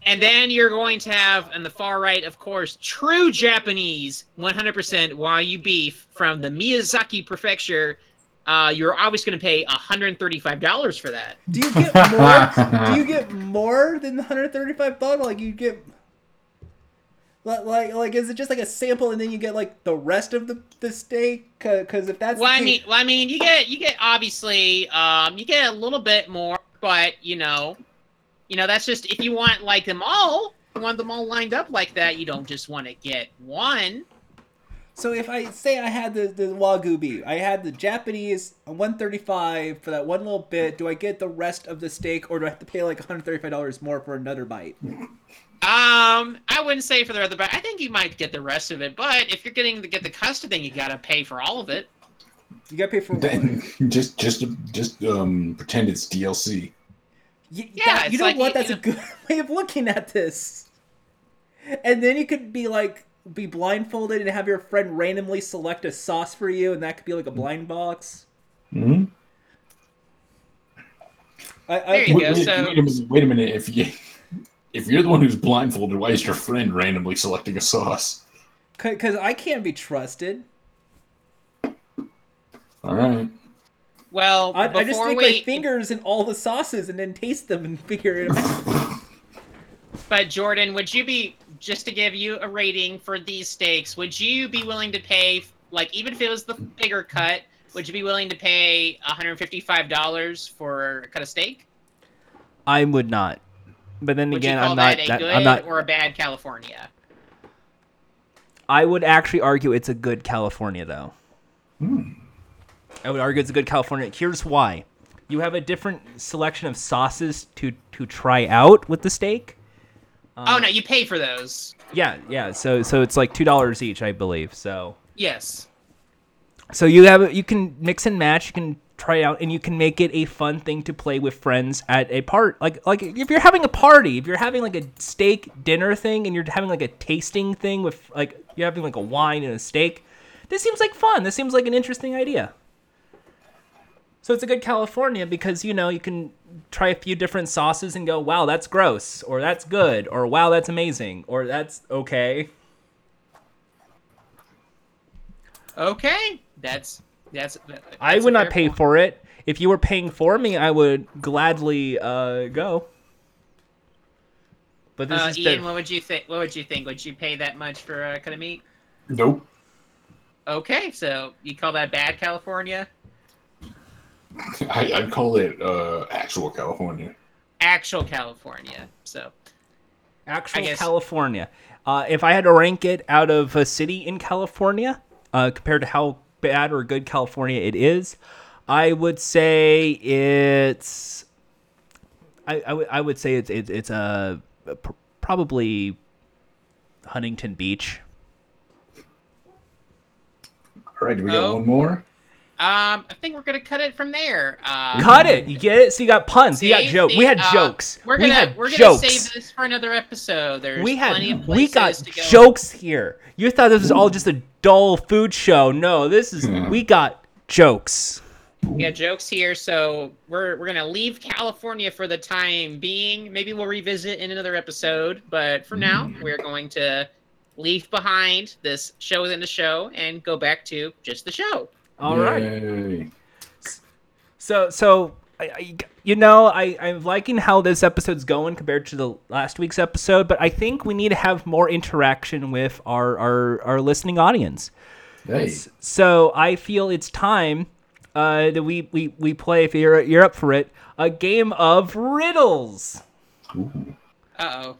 S3: And then you're going to have, on the far right, of course, true Japanese 100% Wagyu beef from the Miyazaki Prefecture. Uh, you're always going to pay $135 for that.
S1: Do you get more? do you get more than the hundred thirty-five bottle? Like you get. Like, like, like, is it just like a sample, and then you get like the rest of the the steak? Because if that's
S3: Well, I
S1: the case-
S3: mean, well, I mean, you get, you get obviously, um, you get a little bit more, but you know, you know, that's just if you want like them all, you want them all lined up like that. You don't just want to get one.
S1: So if I say I had the, the wagyu beef, I had the Japanese 135 for that one little bit. Do I get the rest of the steak, or do I have to pay like 135 dollars more for another bite?
S3: Um, I wouldn't say for the other, but I think you might get the rest of it. But if you're getting to get the custard, then you gotta pay for all of it.
S1: You got paid for one.
S2: Then just just just um pretend it's DLC.
S1: Y-
S3: Yeah,
S1: that-
S3: it's
S1: you know
S3: like,
S1: what?
S3: you
S1: That's a
S3: know-
S1: good way of looking at this. And then you could be like, be blindfolded and have your friend randomly select a sauce for you, and that could be like a blind box.
S2: Mm-hmm.
S1: I,
S3: There
S1: I,
S3: you
S2: Wait,
S3: go,
S2: wait,
S3: so-
S2: wait a minute, wait a minute. If you if you're the one who's blindfolded, why is your friend randomly selecting a sauce?
S1: because I can't be trusted.
S2: All right.
S3: Well,
S1: I,
S3: before
S1: I just stick
S3: we,
S1: my fingers in all the sauces and then taste them and figure it out.
S3: but Jordan, would you be just to give you a rating for these steaks? Would you be willing to pay, like, even if it was the bigger cut? Would you be willing to pay 155 dollars for a cut of steak?
S1: I would not. But then
S3: Would
S1: again,
S3: you call
S1: I'm
S3: that
S1: not.
S3: a
S1: That,
S3: good
S1: I'm not.
S3: or a bad California?
S1: I would actually argue it's a good California, though. I would argue it's a good California. Here's why: you have a different selection of sauces to to try out with the steak. Um,
S3: oh no, you pay for those.
S1: Yeah, yeah. So so it's like two dollars each, I believe. So
S3: Yes.
S1: so you have you can mix and match. You can try it out, and you can make it a fun thing to play with friends at a part. Like like if you're having a party, if you're having like a steak dinner thing, and you're having like a tasting thing with like you're having like a wine and a steak. This seems like fun. This seems like an interesting idea. So it's a good California because you know you can try a few different sauces and go, wow, that's gross, or that's good, or wow, that's amazing, or that's okay.
S3: Okay. That's that's. uh,
S1: I
S3: that's
S1: would
S3: a
S1: not
S3: fair
S1: pay
S3: point.
S1: for it. If you were paying for me, I would gladly uh, go. But this
S3: Uh,
S1: is
S3: Ian,
S1: the,
S3: what would you think? What would you think? Would you pay that much for a cut of meat?
S2: Nope.
S3: Okay, so you call that bad California?
S2: I, I'd call it uh, actual California.
S3: Actual California. So
S1: actual
S3: I guess-
S1: California. Uh, if I had to rank it out of a city in California, uh, compared to how bad or good California it is, I would say it's. I, I, would- I would say it's it's it's a, pr- probably Huntington Beach.
S2: All right, do we got
S3: Oh.
S2: one more?
S3: Um, I think we're gonna cut it from there. Um,
S1: Cut it. You get it? So you got puns. you
S3: see,
S1: got jokes.
S3: see,
S1: we had
S3: uh,
S1: jokes.
S3: We're gonna
S1: we had
S3: we're gonna
S1: jokes.
S3: save this for another episode. There's
S1: we
S3: plenty
S1: had
S3: of
S1: we
S3: places
S1: got
S3: to go.
S1: jokes here. You thought this was all just a dull food show. No, this is we got jokes.
S3: We got jokes here, so we're we're gonna leave California for the time being. Maybe we'll revisit in another episode, but for now,
S1: Mm-hmm.
S3: we're going to leave behind this show within the show and go back to just the show.
S1: All right.
S2: Yay.
S1: So so I, I- you know I I'm liking how this episode's going compared to the last week's episode, but I think we need to have more interaction with our our our listening audience.
S2: Hey.
S1: So I feel it's time uh, that we, we, we play, if you're, you're up for it, a game of riddles.
S2: Ooh.
S3: Uh oh.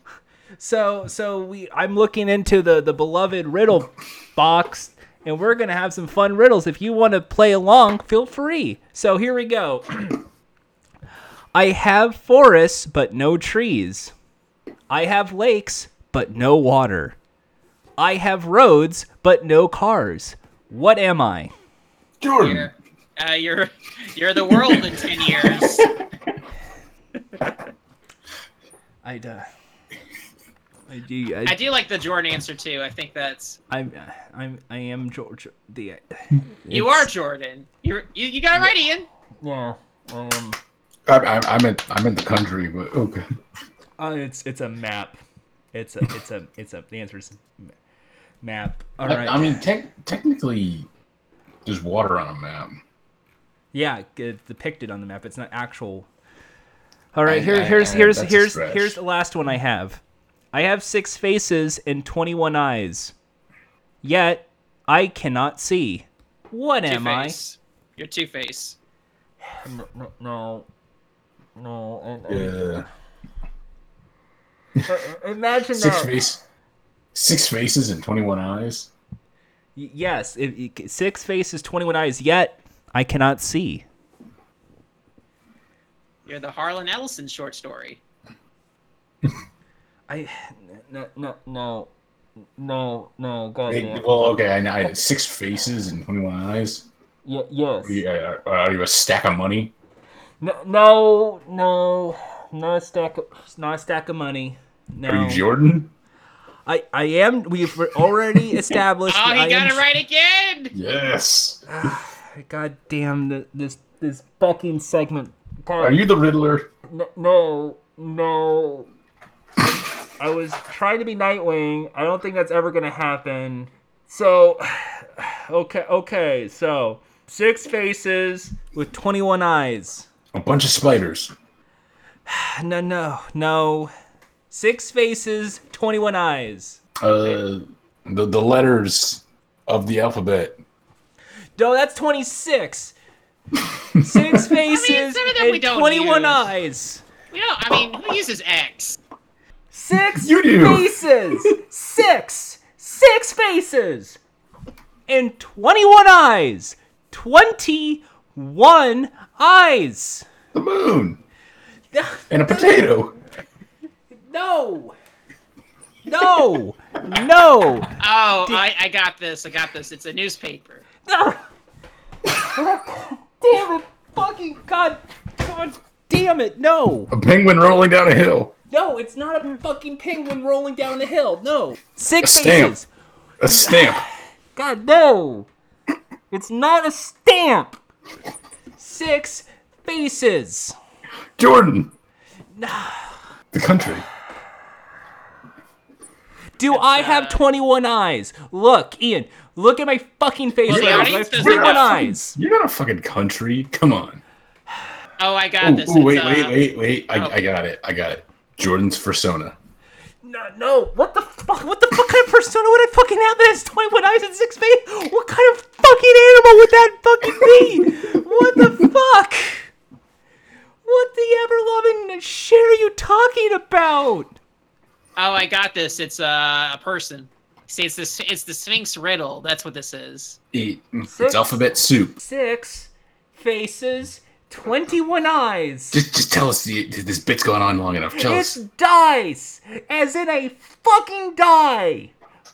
S1: So so we I'm looking into the, the beloved riddle box, and we're going to have some fun riddles. If you want to play along, feel free. So here we go. I have forests, but no trees. I have lakes, but no water. I have roads, but no cars. What am I?
S2: Jordan.
S3: You're uh, you're you're the world in ten years.
S1: I uh, I do.
S3: I
S1: I,
S3: do like the Jordan answer too. I think that's
S1: I'm, uh, I'm, I am George. The
S3: you are Jordan. You're, you you got it right, Ian.
S1: yeah. Um,
S2: I, I, I'm in I'm in the country, but okay.
S1: uh, it's it's a map. It's a it's a it's a. The answer is ma- map. All
S2: I,
S1: right.
S2: I mean, tec- technically, there's water on a map.
S1: yeah, it's depicted on the map. It's not actual. All right.
S2: I-
S1: Here,
S2: I-
S1: here's
S2: I-
S1: here's
S2: that's a
S1: here's
S2: stretch.
S1: here's the last one I have. I have six faces and twenty-one eyes, yet I cannot see. What am I?
S3: Two-Face. You're Two Face.
S1: No, no, no.
S2: Yeah.
S1: Imagine
S2: Six face, six faces and twenty one eyes.
S1: Y- Yes, if you c- six faces, twenty-one eyes. Yet I cannot see.
S3: You're the Harlan Ellison short story.
S1: I no no no no no. God
S2: Hey, well, okay, I know. I- Six faces and twenty one eyes.
S1: Y- yes.
S2: Yeah, uh, out of a stack of money.
S1: No, no, no, not a stack of, not a stack of money. No.
S2: Are you Jordan?
S1: I, I am. We've already established.
S3: Oh,
S1: that I
S3: he got
S1: am
S3: it right again.
S2: Yes.
S1: God damn th- this this fucking segment.
S2: Are you the Riddler?
S1: N- No, no. I was trying to be Nightwing. I don't think that's ever gonna happen. So, okay, okay. So, six faces with twenty-one eyes.
S2: A bunch of spiders.
S1: No, no, no. Six faces, twenty-one eyes.
S2: Uh, the the letters of the alphabet.
S1: No, that's twenty-six. Six faces
S3: some of them
S1: and
S3: we don't
S1: twenty-one
S3: use.
S1: eyes.
S3: You know, I mean, who uses X?
S1: Six
S2: You do.
S1: faces. Six. Six faces. And 21 eyes. 21 eyes.
S2: The moon. And a potato.
S1: No. No. No.
S3: Oh, I, I got this. I got this. It's a newspaper.
S1: No. Damn it. Fucking God. God damn it. No.
S2: A penguin rolling down a hill.
S1: No, it's not a fucking penguin rolling down the hill. No. Six
S2: A stamp.
S1: faces.
S2: A stamp.
S1: God, no! It's not a stamp! Six faces!
S2: Jordan. The country.
S1: Do I have 21 eyes? Look, Ian, look at my fucking face
S3: Well, the
S1: right now. I
S3: audience
S1: have
S3: doesn't
S1: 21
S2: know.
S1: eyes!
S2: You're not a fucking country. Come on.
S3: Oh, I got
S2: Oh,
S3: this.
S2: ooh,
S3: It's,
S2: wait,
S3: uh,
S2: wait, wait, wait.
S3: oh.
S2: I, I got it. I got it. Jordan's persona.
S1: No, no, what the fuck? What the fuck kind of persona would I fucking have that has 21 eyes and six faces? What kind of fucking animal would that fucking be? what the fuck? What the ever loving shit are you talking about?
S3: Oh, I got this. It's uh, a person. See, it's this. It's the Sphinx riddle. That's what this is.
S2: Eat.
S1: Six.
S2: E, It's alphabet soup.
S1: six faces, 21 eyes.
S2: Just, just tell us the, this bit's going on long enough. Tell
S1: It's
S2: us.
S1: dice, as in a fucking die.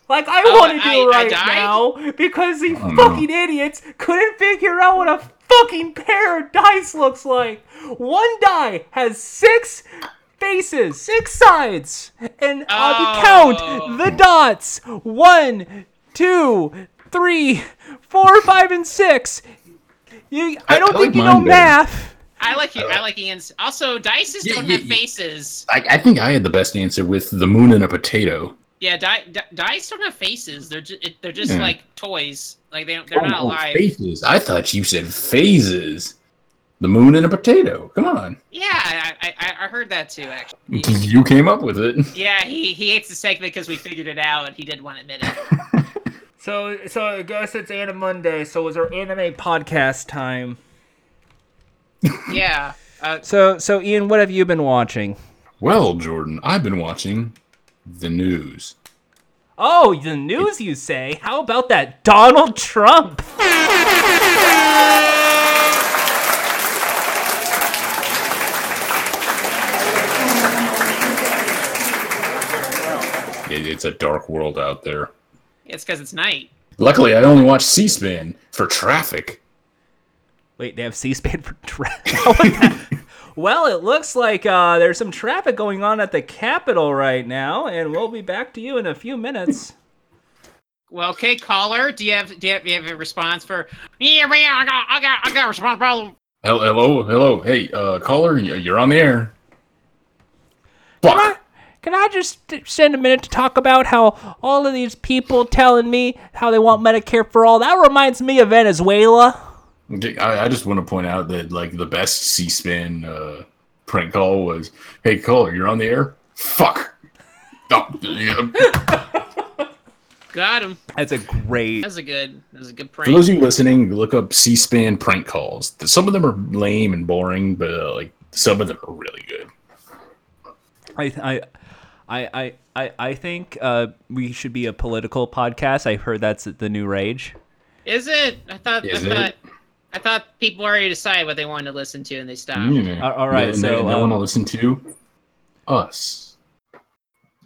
S1: Like I
S3: Oh,
S1: want to do
S3: I- I
S1: right
S3: died?
S1: now because these
S2: no.
S1: fucking idiots couldn't figure out what a fucking pair of dice looks like. One die has six faces, six sides, and uh, we
S3: Oh.
S1: count the dots. One, two, three, four, five, and six. You, I
S2: I-
S1: don't
S2: I
S1: think
S2: like
S1: you know
S2: mine better.
S1: math.
S3: I like you. I like Ian's. Also, dices
S2: Yeah,
S3: don't
S2: yeah,
S3: have
S2: yeah.
S3: faces.
S2: I, I think I had the best answer with the moon and a potato.
S3: Yeah, di- di- dice don't have faces. They're just. They're just
S2: Yeah.
S3: like toys. Like they. don't- They're not
S2: oh,
S3: alive.
S2: phases. I thought you said phases. The moon and a potato. Come on.
S3: Yeah, I, I- I I heard that too. Actually.
S2: You came up with it.
S3: Yeah, he he hates the segment because we figured it out and he didn't want to admit it.
S1: So, so I guess it's Anime Monday. So, it's our anime podcast time.
S3: Yeah. Uh,
S1: So, so Ian, what have you been watching?
S2: Well, Jordan, I've been watching the news.
S1: Oh, the news, you say? How about that Donald Trump?
S2: It, it's a dark world out there.
S3: it's because it's night.
S2: Luckily, I only watch C-SPAN for traffic.
S1: Wait, they have C-SPAN for traffic. well, it looks like uh, there's some traffic going on at the Capitol right now, and we'll be back to you in a few minutes.
S3: Well, okay, caller, do you have do you have, you have a response for? Yeah, man, I got I got I got a response problem.
S2: Hel- Hello, hello. Hey, uh, caller, y- you're on the air. Fuck.
S1: Can I- Can I just spend a minute to talk about how all of these people telling me how they want Medicare for all? That reminds me of Venezuela.
S2: Okay, I, I just want to point out that like the best C-SPAN uh, prank call was, "Hey caller, you're on the air." Fuck. Oh, yeah.
S3: Got him.
S1: That's a great.
S3: That's a good that's a good
S2: For
S3: prank.
S2: those of you listening, look up C-SPAN prank calls. Some of them are lame and boring, but uh, like some of them are really good.
S1: I I I I I think uh, we should be a political podcast. I've heard that's the new rage.
S3: Is it? I thought
S2: Is
S3: I
S2: it?
S3: thought I thought people already decided what they wanted to listen to and they stopped.
S2: Mm-hmm.
S1: All- all right,
S2: And
S1: so,
S2: they,
S1: um,
S2: want to listen to us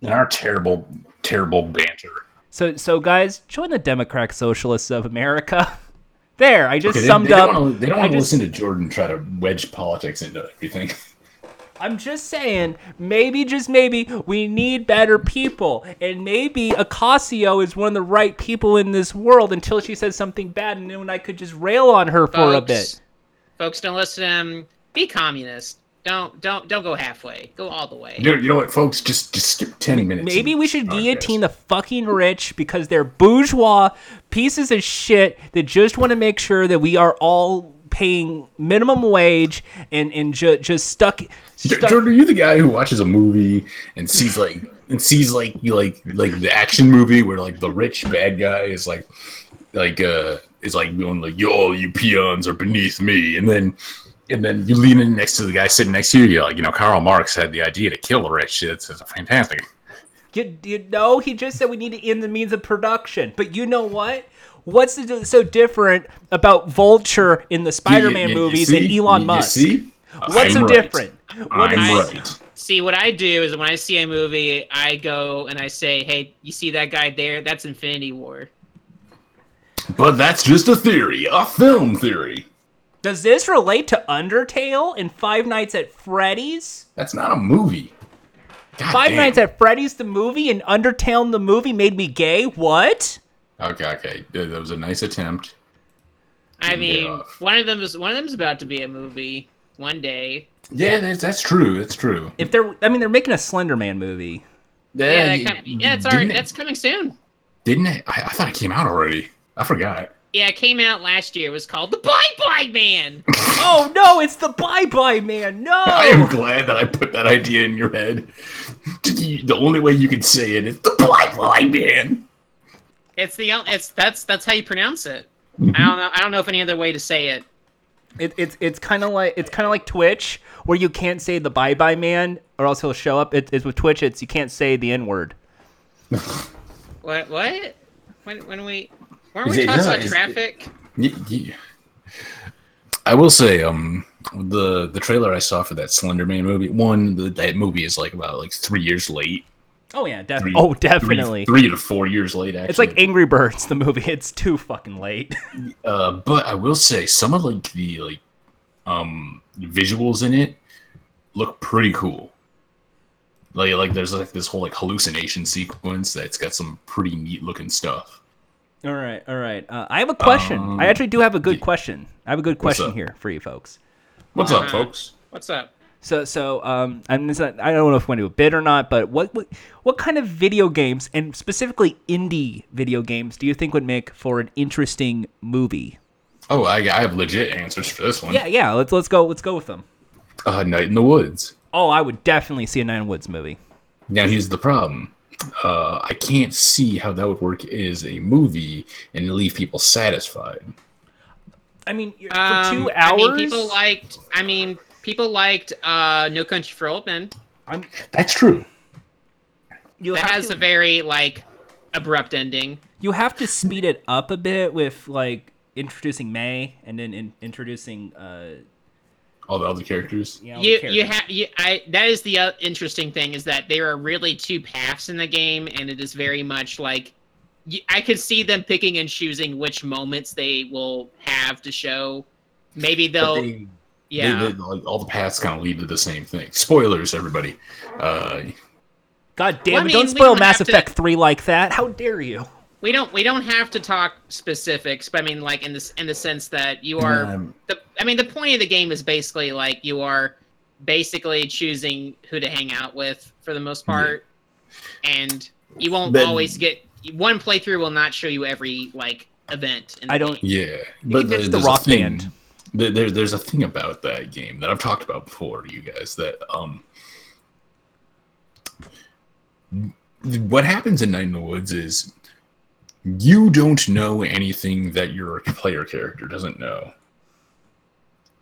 S2: and our terrible, terrible banter.
S1: So so guys, join the Democratic Socialists of America. There, I just
S2: Okay, they,
S1: summed
S2: they
S1: up.
S2: Don't wanna, they don't
S1: I
S2: want to
S1: just-
S2: listen to Jordan try to wedge politics into everything.
S1: I'm just saying, maybe, just maybe, we need better people. And maybe Ocasio is one of the right people in this world until she says something bad, and then I could just rail on her for a bit.
S3: Folks, don't listen to him. Be communist. Don't don't don't go halfway. Go all the way.
S2: You know, you know what, folks? Just just skip ten minutes.
S1: Maybe
S2: and-
S1: we should
S2: Okay.
S1: guillotine the fucking rich because they're bourgeois pieces of shit that just want to make sure that we are all paying minimum wage and and ju- just stuck.
S2: J-
S1: stuck
S2: Jordan, are you the guy who watches a movie and sees like and sees like you like like the action movie where like the rich bad guy is like like uh is like going like yo you peons are beneath me and then and then you lean in next to the guy sitting next to you you're like you know Karl Marx had the idea to kill the rich it's, it's fantastic
S1: You, you know, he just said we need to end the means of production. But you know what? What's the, so different about Vulture in the Spider-Man
S2: You- you- you
S1: movies
S2: see?
S1: and
S2: You-
S1: Elon
S2: you
S1: Musk?
S2: see?
S1: What's so
S2: I'm right.
S1: different? What
S2: I'm
S1: is-
S2: right
S3: See, what I do is when I see a movie, I go and I say, "Hey, you see that guy there? That's Infinity War."
S2: but that's just a theory a film theory
S1: Does this relate to Undertale and Five Nights at Freddy's?
S2: that's not a movie God
S1: Five
S2: damn.
S1: Nights at Freddy's the movie and Undertale the movie made me gay? What?
S2: Okay, okay. Th- That was a nice attempt.
S3: I
S2: Didn't get
S3: mean,
S2: off.
S3: one of them is one of them's about to be a movie one day.
S2: Yeah, that's, that's true. That's true.
S1: If they're, I mean, they're making a Slender Man movie.
S3: Yeah,
S2: you-
S3: that com- yeah, it's
S2: didn't
S3: already
S2: it-
S3: that's coming soon.
S2: Didn't it? I, I thought it came out already. I forgot.
S3: Yeah, it came out last year. It was called The Bye Bye Man.
S1: Oh no, it's the Bye Bye Man. No.
S2: I am glad that I put that idea in your head. The only way you can say it is the Black Light Man.
S3: It's the o- it's that's that's how you pronounce it. I don't know. I don't know if any other way to say it.
S1: It, it's it's kind of like it's kind of like Twitch where you can't say the bye bye man or else he'll show up. It, it's with Twitch. It's you can't say the N word.
S3: What what? When when we weren't
S2: Is
S3: we
S2: it-
S3: talking
S2: no,
S3: about
S2: is it-
S3: traffic?
S2: Y- y- I will say, um, the the trailer I saw for that Slender Man movie. One, the, that movie is like about like three years late.
S1: Oh yeah,
S2: Three,
S1: definitely. Oh,
S2: three-
S1: definitely.
S2: Three, to four years late. Actually,
S1: It's like Angry Birds, the movie. It's too fucking late.
S2: Uh, but I will say some of like the like um visuals in it look pretty cool. Like like there's like this whole like hallucination sequence that's got some pretty neat looking stuff.
S1: all right, all right. Uh, I have a question. I actually do have a good question. I have a good question
S2: Um, up?
S1: here for you folks.
S2: What's up,
S3: Uh-huh.
S2: folks?
S3: What's up?
S1: So so um, I'm this, I don't know if we're gonna do a bid or not, but what, what what kind of video games and specifically indie video games do you think would make for an interesting movie?
S2: Oh, I, I have legit answers for this one.
S1: Yeah, yeah. Let's let's go let's go with them.
S2: Uh, Night in the Woods.
S1: Oh, I would definitely see a Nine Woods movie.
S2: Now here's the problem. Uh, I can't see how that would work as a movie and leave people satisfied.
S1: I mean, you're- for
S3: Um,
S1: two
S3: I
S1: hours.
S3: mean, people liked. I mean, people liked uh, No Country for Old Men.
S1: I'm,
S2: That's true.
S1: you
S3: That
S1: have
S3: has
S1: to,
S3: a very like abrupt ending.
S1: you have to speed it up a bit with like introducing May and then in, introducing uh,
S2: All the other characters.
S1: you know,
S3: you
S1: the
S3: you
S1: characters.
S3: have you, I that is the uh, interesting thing is that there are really two paths in the game, and it is very much like you, I could see them picking and choosing which moments they will have to show. Maybe
S2: But
S3: they'll
S2: they-
S3: yeah.
S2: They- they- like, all the paths kind of lead to the same thing. Spoilers, everybody. Uh,
S1: God damn
S3: Well, I
S1: it!
S3: mean,
S1: don't
S3: we
S1: spoil
S3: don't
S1: Mass
S3: have to-
S1: Effect three like that. How dare you?
S3: we don't we don't have to talk specifics, but I mean like in this in the sense that you are
S2: um,
S3: the I mean the point of the game is basically like you are basically choosing who to hang out with for the most part, and you won't
S2: Then-
S3: always get one playthrough will not show you every like event. In the
S1: I don't-
S3: game.
S2: yeah,
S1: that's
S2: but there-
S1: the
S2: there's a
S1: rock
S2: thing-
S1: band.
S2: There, there- there's a thing about that game that I've talked about before, you guys. That um, what happens in Night in the Woods is you don't know anything that your player character doesn't know,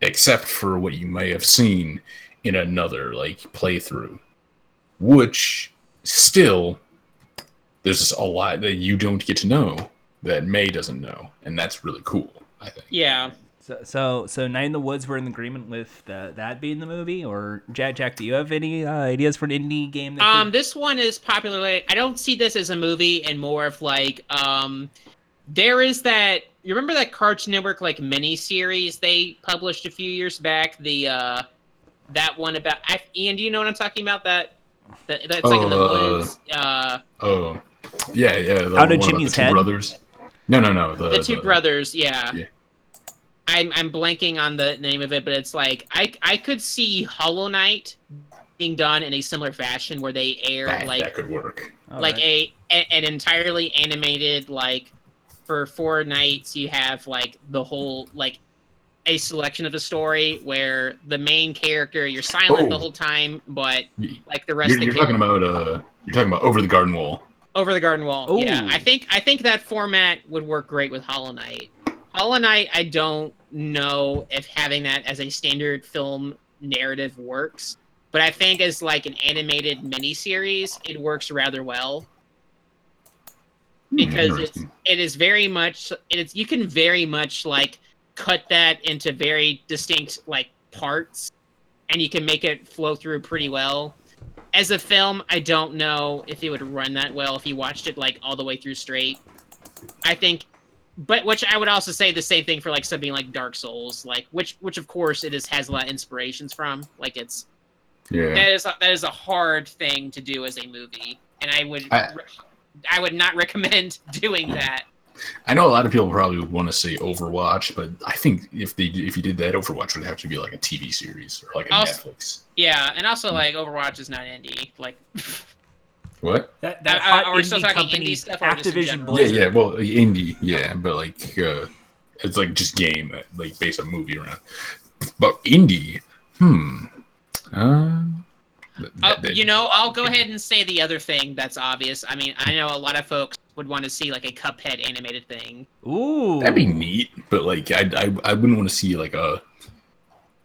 S2: except for what you may have seen in another like playthrough, which still there's just a lot that you don't get to know that May doesn't know, and that's really cool. I think.
S3: Yeah,
S1: So, so, so Night in the Woods, we're in agreement with the, that being the movie. Or Jack, Jack, do you have any uh, ideas for an indie game? That
S3: um,
S1: could-
S3: this one is popular. I don't see this as a movie, and more of like um, there is that you remember that Cartoon Network like mini series they published a few years back? The uh that one about I, Ian. Do you know what I'm talking about? That, that that's like in the
S2: Oh, uh,
S3: woods. Uh,
S2: Oh, yeah, yeah.
S1: Out
S2: The
S1: of
S2: one about the
S1: Jimmy's
S2: two
S1: head?
S2: Brothers. No, no, no. The,
S3: the two brothers. Yeah.
S2: uh, yeah.
S3: I'm I'm blanking on the name of it, but it's like I I could see Hollow Knight being done in a similar fashion where they air
S2: That,
S3: like
S2: that could work.
S1: All
S3: like
S1: right.
S3: a, a an entirely animated like for four nights you have like the whole like a selection of the story where the main character you're silent the
S2: Oh.
S3: whole time but
S2: You-
S3: like the rest
S2: You're,
S3: of the
S2: you're
S3: char-
S2: talking about uh, you're talking about over the garden wall.
S3: over the garden wall yeah
S1: Ooh.
S3: i think i think that format would work great with hollow knight hollow knight i don't know if having that as a standard film narrative works but i think as like an animated miniseries it works rather well
S2: Hmm,
S3: because it's
S2: interesting.
S3: it is very much it is you can very much like cut that into very distinct like parts and you can make it flow through pretty well as a film i don't know if it would run that well if you watched it like all the way through straight i think but which i would also say the same thing for like something like dark souls like which which of course it is has a lot of inspirations from like it's
S2: yeah.
S3: that is that is a hard thing to do as a movie, and I would
S2: I-
S3: re- I would not recommend doing that.
S2: I know a lot of people probably would want to say Overwatch, but I think if they if you did that, Overwatch would have to be like a TV series or like a
S3: Also-
S2: Netflix.
S3: Yeah, and also like Overwatch is not indie. Like
S2: What?
S1: That, that
S3: I- I-
S1: hot
S3: we're still
S1: indie
S3: talking
S1: company,
S3: indie stuff or just in
S1: Activision
S3: general?
S2: Yeah,
S1: Blizzard.
S2: yeah. Well, indie, yeah, but like uh, it's like just game, uh, like based on movie around. But indie, hmm. Uh, th-
S3: uh,
S2: th-
S3: you know, I'll go ahead and say the other thing that's obvious. I mean, I know a lot of folks would want to see like a Cuphead animated thing.
S1: Ooh,
S2: that'd be neat, but like I, I, I wouldn't want to see like a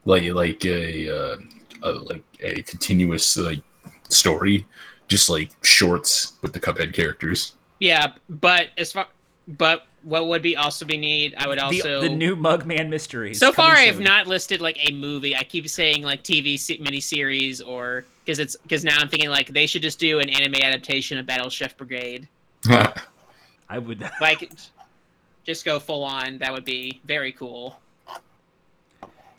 S2: like like a, uh, a like a continuous like story, just like shorts with the Cuphead characters.
S3: Yeah, but as far but what would be also be neat, I would
S1: the,
S3: also
S1: the new Mugman mysteries.
S3: So far,
S1: coming
S3: I have
S1: soon.
S3: not listed like a movie. I keep saying like TV se- miniseries or because it's because now I'm thinking like they should just do an anime adaptation of Battle Chef Brigade.
S1: I would.
S3: Like, just go full on. That would be very cool.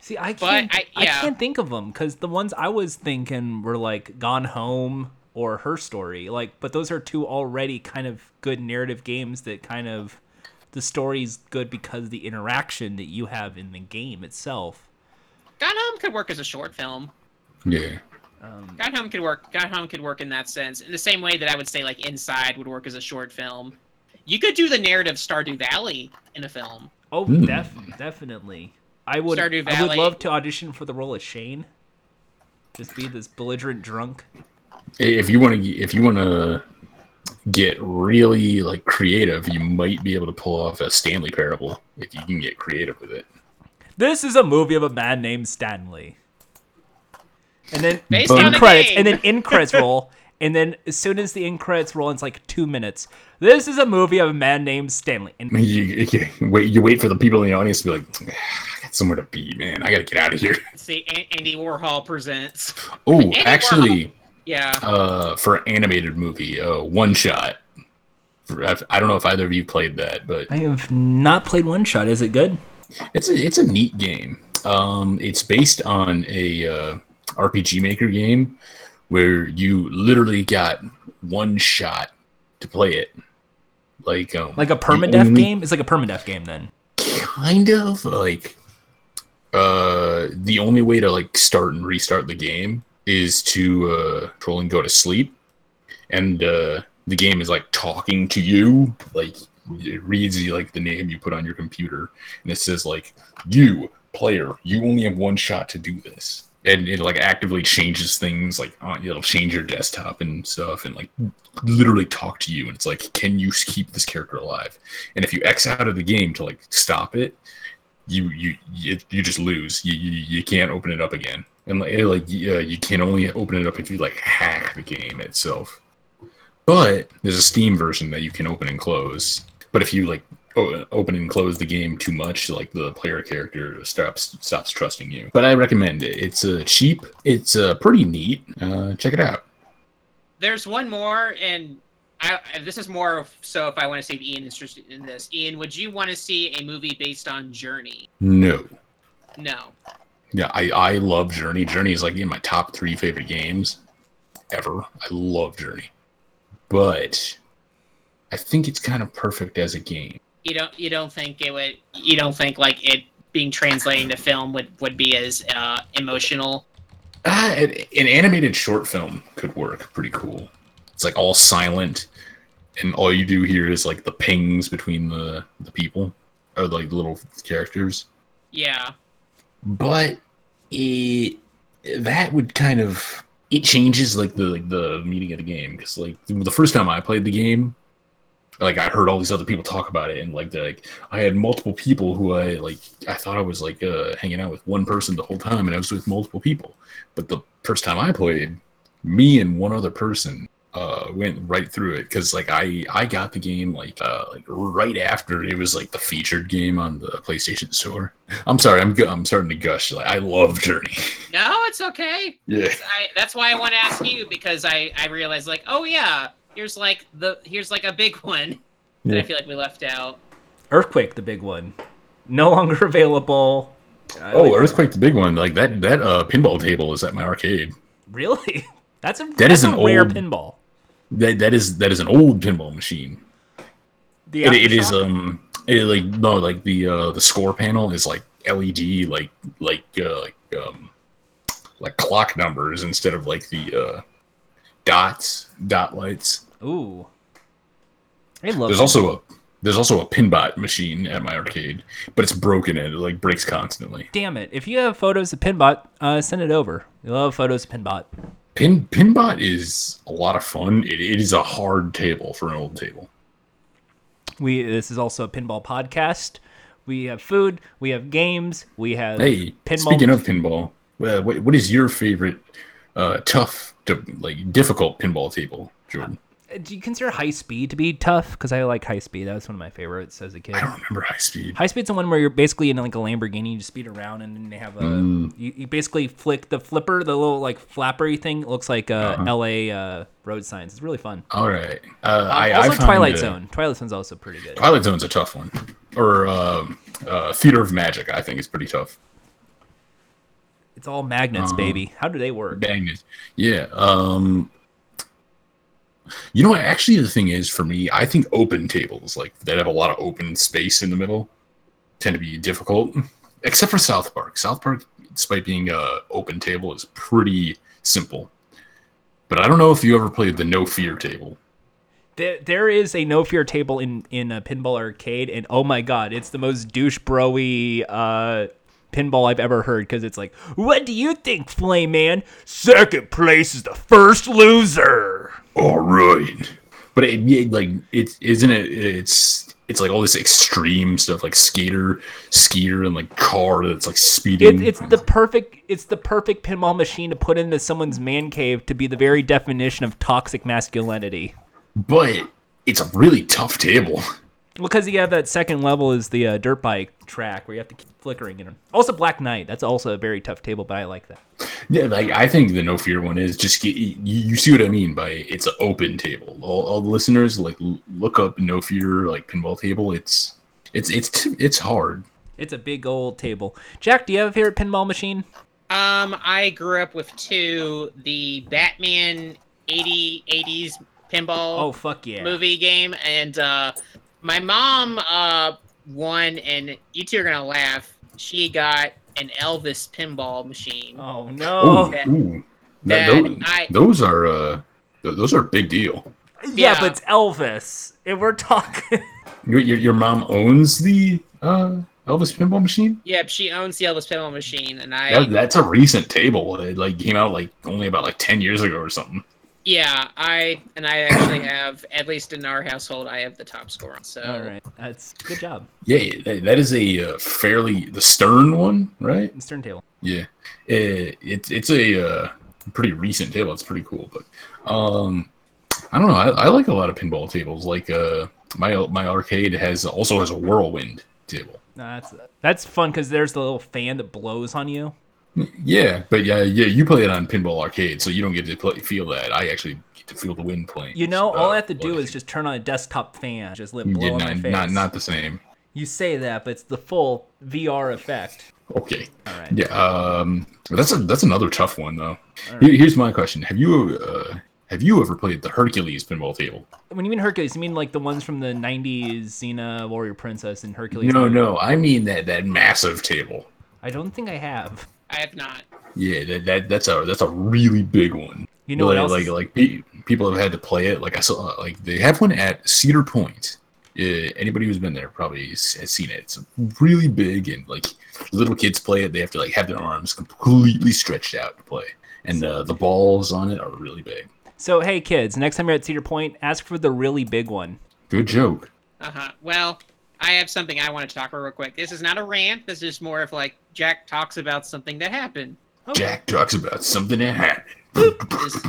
S1: See, I
S3: But
S1: can't.
S3: I-
S1: I,
S3: yeah.
S1: can't think of them because the ones I was thinking were like Gone Home or Her Story. Like, but those are two already kind of good narrative games that kind of the story's good because the interaction that you have in the game itself.
S3: Gone Home could work as a short film.
S2: yeah.
S1: Um,
S3: Gone Home could work. Gone Home could work in that sense. In the same way that I would say like Inside would work as a short film. You could do the narrative Stardew Valley in a film.
S1: oh,
S2: Hmm.
S1: def- definitely. I would.
S3: Stardew
S1: I would
S3: Valley.
S1: love to audition for the role of Shane. Just be this belligerent drunk.
S2: if you want to if you want to get really like creative you might be able to pull off a stanley parable if you can get creative with it
S1: This is a movie of a man named Stanley. And then
S3: Based
S2: Boom.
S3: on
S1: in
S3: a
S1: credits,
S3: game.
S1: and then in credits roll, and then as soon as the in credits roll, it's like two minutes. This is a movie of a man named Stanley. And
S2: you, you wait you wait for the people in the audience to be like "Ah, i got somewhere to be man i gotta get out of here
S3: see An- Andy Warhol presents.
S2: oh
S3: Andy
S2: actually
S3: Yeah.
S2: uh for an animated movie uh one shot For- I've- i don't know if either of you played that but
S1: I have not played One Shot. Is it good?
S2: It's a, it's a neat game. Um, it's based on a uh, RPG Maker game where you literally got one shot to play it. Like um,
S1: Like a
S2: the
S1: permadeath
S2: only-
S1: game? It's like a permadeath game then.
S2: kind of like uh, the only way to like start and restart the game is to uh, roll and go to sleep, and uh, the game is like talking to you. Like it reads you like the name you put on your computer, and it says like you player, you only have one shot to do this. And it like actively changes things, like on, it'll change your desktop and stuff, and like literally talk to you. And it's like, can you keep this character alive? and if you X out of the game to like stop it, you you you, you just lose. You, you you can't open it up again, and like it, like yeah, you can only open it up if you like hack the game itself. But there's a Steam version that you can open and close. But if you like o- open and close the game too much, like the player character stops stops trusting you. But I recommend it. It's uh, cheap. It's uh, pretty neat. Uh, check it out.
S3: There's one more, and I, I- this is more of- so if I want to see if Ian is interested in this. Ian, would you want to see a movie based on Journey?
S2: No.
S3: No.
S2: Yeah, I, I love Journey. Journey is like in my top three favorite games ever. I love Journey. But I think it's kind of perfect as a game.
S3: You don't you don't think it would you don't think like it being translated into film would would be as uh, emotional?
S2: Ah, an, an animated short film could work pretty cool. It's like all silent, and all you do here is like the pings between the, the people, or like the little characters.
S3: Yeah.
S2: but it that would kind of it changes like the like the meaning of the game because like the first time I played the game, like I heard all these other people talk about it and like the, like I had multiple people who I like I thought I was like uh, hanging out with one person the whole time and I was with multiple people, but the first time I played, me and one other person uh went right through it because like i i got the game like uh like right after it was like the featured game on the playstation store i'm sorry i'm gu- i'm starting to gush like i love journey
S3: No, it's okay.
S2: yeah
S3: I, that's why I want to ask you because I I realized like oh yeah here's like the here's like a big one that I
S2: Yeah.
S3: feel like we left out.
S1: Earthquake, the big one, no longer available. I
S2: oh
S1: like-
S2: earthquake the big one like that that uh pinball table is at my arcade
S1: really? That's a
S2: That
S1: that's
S2: is
S1: a
S2: an
S1: rare
S2: old-
S1: pinball.
S2: that that is that is an old pinball machine
S1: The
S2: it, it is
S1: Aftershock?
S2: um it, like no like the uh the score panel is like led like like uh like um like clock numbers instead of like the uh dots dot lights
S1: Ooh, I love.
S2: there's
S1: that.
S2: also a there's also a pinbot machine at my arcade but it's broken and it like breaks constantly
S1: Damn it! If you have photos of Pinbot, uh, send it over. We love photos of Pinbot.
S2: pin pinbot is a lot of fun it, it is a hard table for an old table
S1: We this is also a pinball podcast. We have food. We have games. We have
S2: hey
S1: pinball.
S2: speaking of pinball uh, what, what is your favorite uh tough to like difficult pinball table jordan
S1: Uh, Do you consider high speed to be tough? Because I like high speed. That was one of my favorites as a kid.
S2: I don't remember high speed.
S1: High speed's the one where you're basically in like a Lamborghini, you just speed around, and then they have a
S2: Mm.
S1: you, you basically flick the flipper, the little like flappery thing. It looks like uh,
S2: Uh-huh.
S1: L.A. Uh, road signs. It's really fun.
S2: All right. Uh, I, I
S1: also,
S2: found,
S1: Twilight
S2: uh,
S1: Zone. Twilight Zone's also pretty good.
S2: Twilight Zone's a tough one. Or um uh, Theater of Magic, I think, is pretty tough.
S1: It's all magnets, baby. How do they work?
S2: Magnus. Yeah. Um, you know what? Actually, the thing is, for me, I think open tables, like that have a lot of open space in the middle, tend to be difficult, except for South Park. South Park, despite being a open table, is pretty simple. But I don't know if you ever played the No Fear table.
S1: There, there is a no fear table in in a pinball arcade, and oh my god, it's the most douche broy uh, pinball I've ever heard. Because it's like, what do you think, Flame Man? Second place is the first loser.
S2: all right but it, it, like it isn't it it's it's like all this extreme stuff like skater skier and like car that's like speeding
S1: It, it's the perfect it's the perfect pinball machine to put into someone's man cave to be the very definition of toxic masculinity.
S2: but it's a really tough table
S1: Because you have that second level is the uh, dirt bike track where you have to keep flickering in them. Also, Black Knight. That's also a very tough table, but I like that.
S2: yeah like i think the no fear one is just get, you, you see what i mean by it's an open table all, all the listeners like l- look up no fear like pinball table it's it's it's t- it's hard
S1: It's a big old table. Jack, do you have a favorite pinball machine?
S3: Um, I grew up with two the Batman 80 80s
S1: Oh,
S3: pinball
S1: fuck yeah.
S3: movie game, and uh, my mom uh won, and you two are gonna laugh. She got an Elvis pinball machine.
S1: Oh,
S2: Ooh,
S1: no.
S3: that-
S2: ooh. That-
S3: that
S2: those,
S3: I-
S2: those are uh th- those are a big deal
S1: Yeah,
S3: Yeah.
S1: but it's Elvis. If we're talking.
S2: Your, your, your mom owns the uh, Elvis pinball machine.
S3: Yep, she owns the Elvis pinball machine, and I
S2: That, that's a recent table. It like came out like only about like ten years ago or something.
S3: yeah I and I actually have at least in our household I have the top score. So
S1: All right. That's good job.
S2: Yeah, that, that is a uh, fairly the Stern one, right?
S1: It's turn table.
S2: Yeah, it, it's it's a uh, pretty recent table. It's pretty cool, but um, I don't know. I, I like a lot of pinball tables. Like uh, my my arcade has also has a whirlwind table.
S1: No, that's that's fun because there's the little fan that blows on you.
S2: Yeah, but yeah, yeah, you play it on Pinball Arcade, so you don't get to play, feel that. I actually get to feel the wind playing.
S1: You know, all I
S2: uh,
S1: have to do
S2: like-
S1: is just turn on a desktop fan, just let it blow
S2: yeah,
S1: in my
S2: not,
S1: face.
S2: not not the same.
S1: You say that, but it's the full VR effect.
S2: Okay.
S1: All right.
S2: Yeah. Um. That's a that's another tough one though. Here- Here's my question: Have you uh, have you ever played the Hercules pinball table?
S1: When you mean Hercules, you mean like the ones from the '90s, Xena, Warrior Princess, and Hercules.
S2: No, no. I mean that that massive table.
S1: I don't think I have.
S3: I have not.
S2: Yeah, that, that that's a that's a really big one.
S1: You know what
S2: like,
S1: else
S2: Like
S1: is-
S2: like pe- people have had to play it. Like I saw like they have one at Cedar Point. Uh, anybody who's been there probably s- has seen it. It's really big and like little kids play it. They have to like have their arms completely stretched out to play, and uh, the balls on it are really big.
S1: So hey, kids, next time you're at Cedar Point, ask for the really big one.
S2: Good joke.
S3: Uh huh. Well, I have something I want to talk about real quick. This is not a rant. This is more of like Jack talks about something that happened.
S1: Oh.
S2: Jack talks about something that happened.
S3: Just-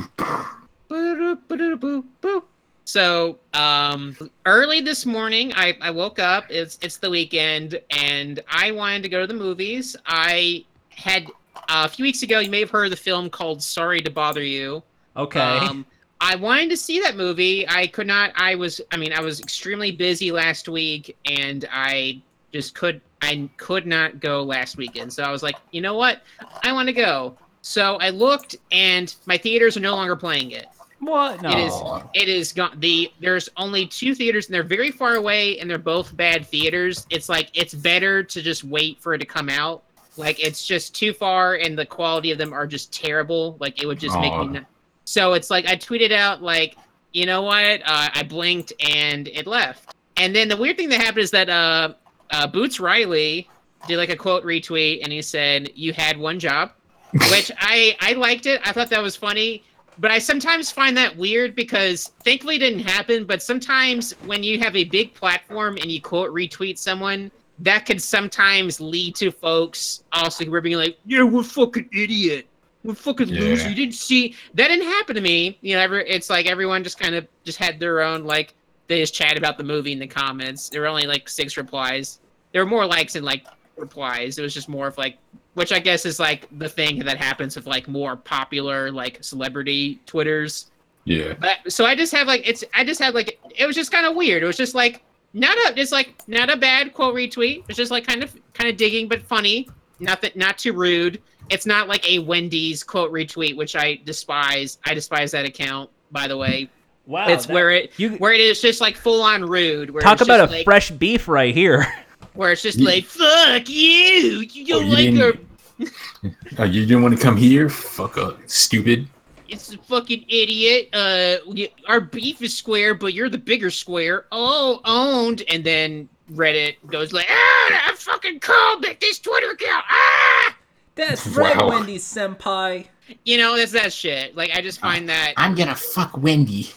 S3: Boo-doo, boo-doo, boo, boo. So, um, early this morning, I, I woke up. It's it's the weekend, and I wanted to go to the movies. I had a few weeks ago. You may have heard of the film called "Sorry to Bother You."
S1: Okay.
S3: Um, I wanted to see that movie. I could not. I was. I mean, I was extremely busy last week, and I just could. I could not go last weekend. So I was like, you know what? I want to go. So I looked, and my theaters are no longer playing it.
S1: what? No.
S3: It is. It is gone. The there's only two theaters, and they're very far away, and they're both bad theaters. It's like it's better to just wait for it to come out. Like it's just too far, and the quality of them are just terrible. Like it would just make
S2: Aw.
S3: me. n- So it's like I tweeted out like, you know what? Uh, I blinked and it left. And then the weird thing that happened is that uh, uh, Boots Riley did like a quote retweet, and he said, "You had one job," which I I liked it. I thought that was funny but I sometimes find that weird because thankfully it didn't happen. But sometimes when you have a big platform and you quote retweet someone, that could sometimes lead to folks also who are being like, "Yeah, we're fucking idiot. We're fucking
S2: Yeah.
S3: loser. You didn't see that didn't happen to me." You know, every, it's like everyone just kind of just had their own like they just chat about the movie in the comments. There were only like six replies. There were more likes and like replies. It was just more of like which I guess is like the thing that happens with like more popular like celebrity twitters.
S2: Yeah.
S3: But so I just have like it's I just had like it was just kind of weird. It was just like not a it's like not a bad quote retweet. It's just like kind of kind of digging but funny. Not that not too rude. It's not like a Wendy's quote retweet, which I despise. I despise that account. By the way,
S1: wow.
S3: it's
S1: that-
S3: where it
S1: you
S3: where it is just like full on rude. Where
S1: talk
S3: it's
S1: about a
S3: just, like,
S1: fresh beef right here.
S3: where it's just
S2: Ye-
S3: like fuck you. You
S2: Oh,
S3: don't
S2: you
S3: like
S2: didn't-
S3: our
S2: Uh, you didn't want to come here? Fuck up, stupid.
S3: It's a fucking idiot. Uh, we- our beef is square, but you're the bigger square. Oh, owned. And then Reddit goes like, ah, I fucking called it. This Twitter account. Ah,
S1: That's
S2: right, Wow. Wendy
S1: senpai.
S3: you know, that's that shit. Like, I just find that.
S2: I'm gonna fuck Wendy.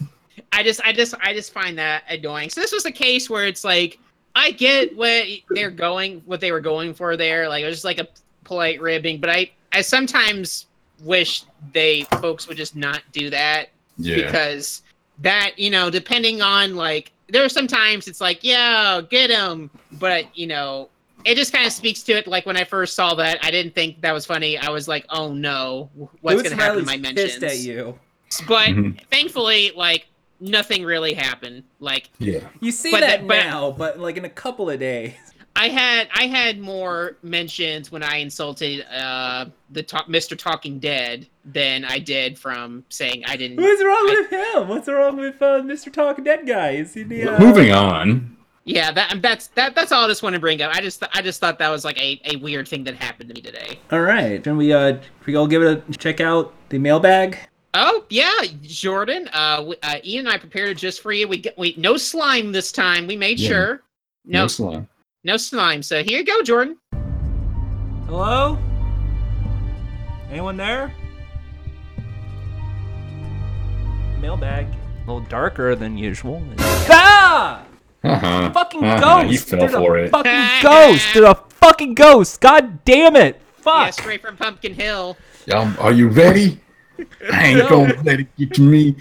S3: I just, I just, I just find that annoying. So this was a case where it's like, I get what they're going, what they were going for there. Like it was just like a polite ribbing, but I, I sometimes wish they folks would just not do that.
S2: Yeah.
S3: because that you know depending on like there are sometimes it's like yo get him but you know it just kind of speaks to it like when i first saw that i didn't think that was funny i was like oh no what's going to happen to my mentions
S1: you.
S3: but
S2: Mhm.
S3: thankfully like nothing really happened like
S2: Yeah.
S1: You see
S3: But that- that but-
S1: now, but like in a couple of days.
S3: i had i had more mentions when i insulted uh the ta- mr talking dead than i did from saying i didn't
S1: What's wrong with him? What's wrong with uh, Mr. Talking Dead guy? Is he the, uh,
S2: Moving on.
S3: Yeah, that that's that that's all I just want to bring up. I just I just thought that was like a, a weird thing that happened to me today.
S1: All right, can we uh, we all give it a check out the mailbag?
S3: Oh yeah, Jordan. Uh, w uh Ian and I prepared it just for you. We get we no slime this time. We made
S2: Yeah.
S3: sure. No,
S2: No
S3: no
S2: slime.
S3: slime. So here you go, Jordan.
S1: Hello? Anyone there? Mailbag. A little darker than usual. Ah!
S2: Uh-huh.
S1: Fucking
S2: Uh-huh.
S1: ghost!
S2: You fell
S1: There's
S2: for
S1: a
S2: it.
S1: Fucking ghost! There's a fucking ghost! God damn it!
S3: Yeah,
S1: Fuck!
S3: straight from Pumpkin Hill.
S2: Um, are you ready? I ain't
S1: No.
S2: gonna let it get to me.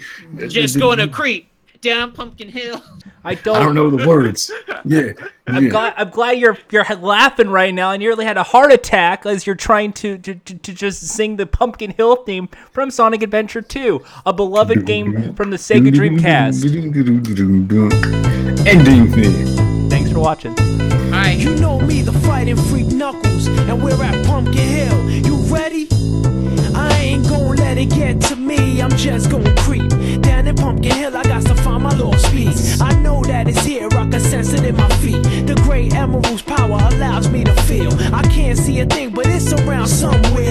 S3: Just going to creep down Pumpkin Hill.
S1: I don't.
S2: I don't know the words. Yeah. yeah.
S1: I'm glad, I'm glad you're you're laughing right now. I nearly had a heart attack as you're trying to to, to, to just sing the Pumpkin Hill theme from Sonic Adventure 2, a beloved game from the Sega Dreamcast.
S2: Ending theme.
S1: Thanks for watching.
S3: Bye.
S4: You know me, the fighting freak Knuckles, and we're at Pumpkin Hill. You ready? I ain't gonna let it get to me, I'm just gonna creep. Down in Pumpkin Hill, I got to find my lost peace. I know that it's here, I can sense it in my feet. The great emerald's power allows me to feel. I can't see a thing, but it's around somewhere.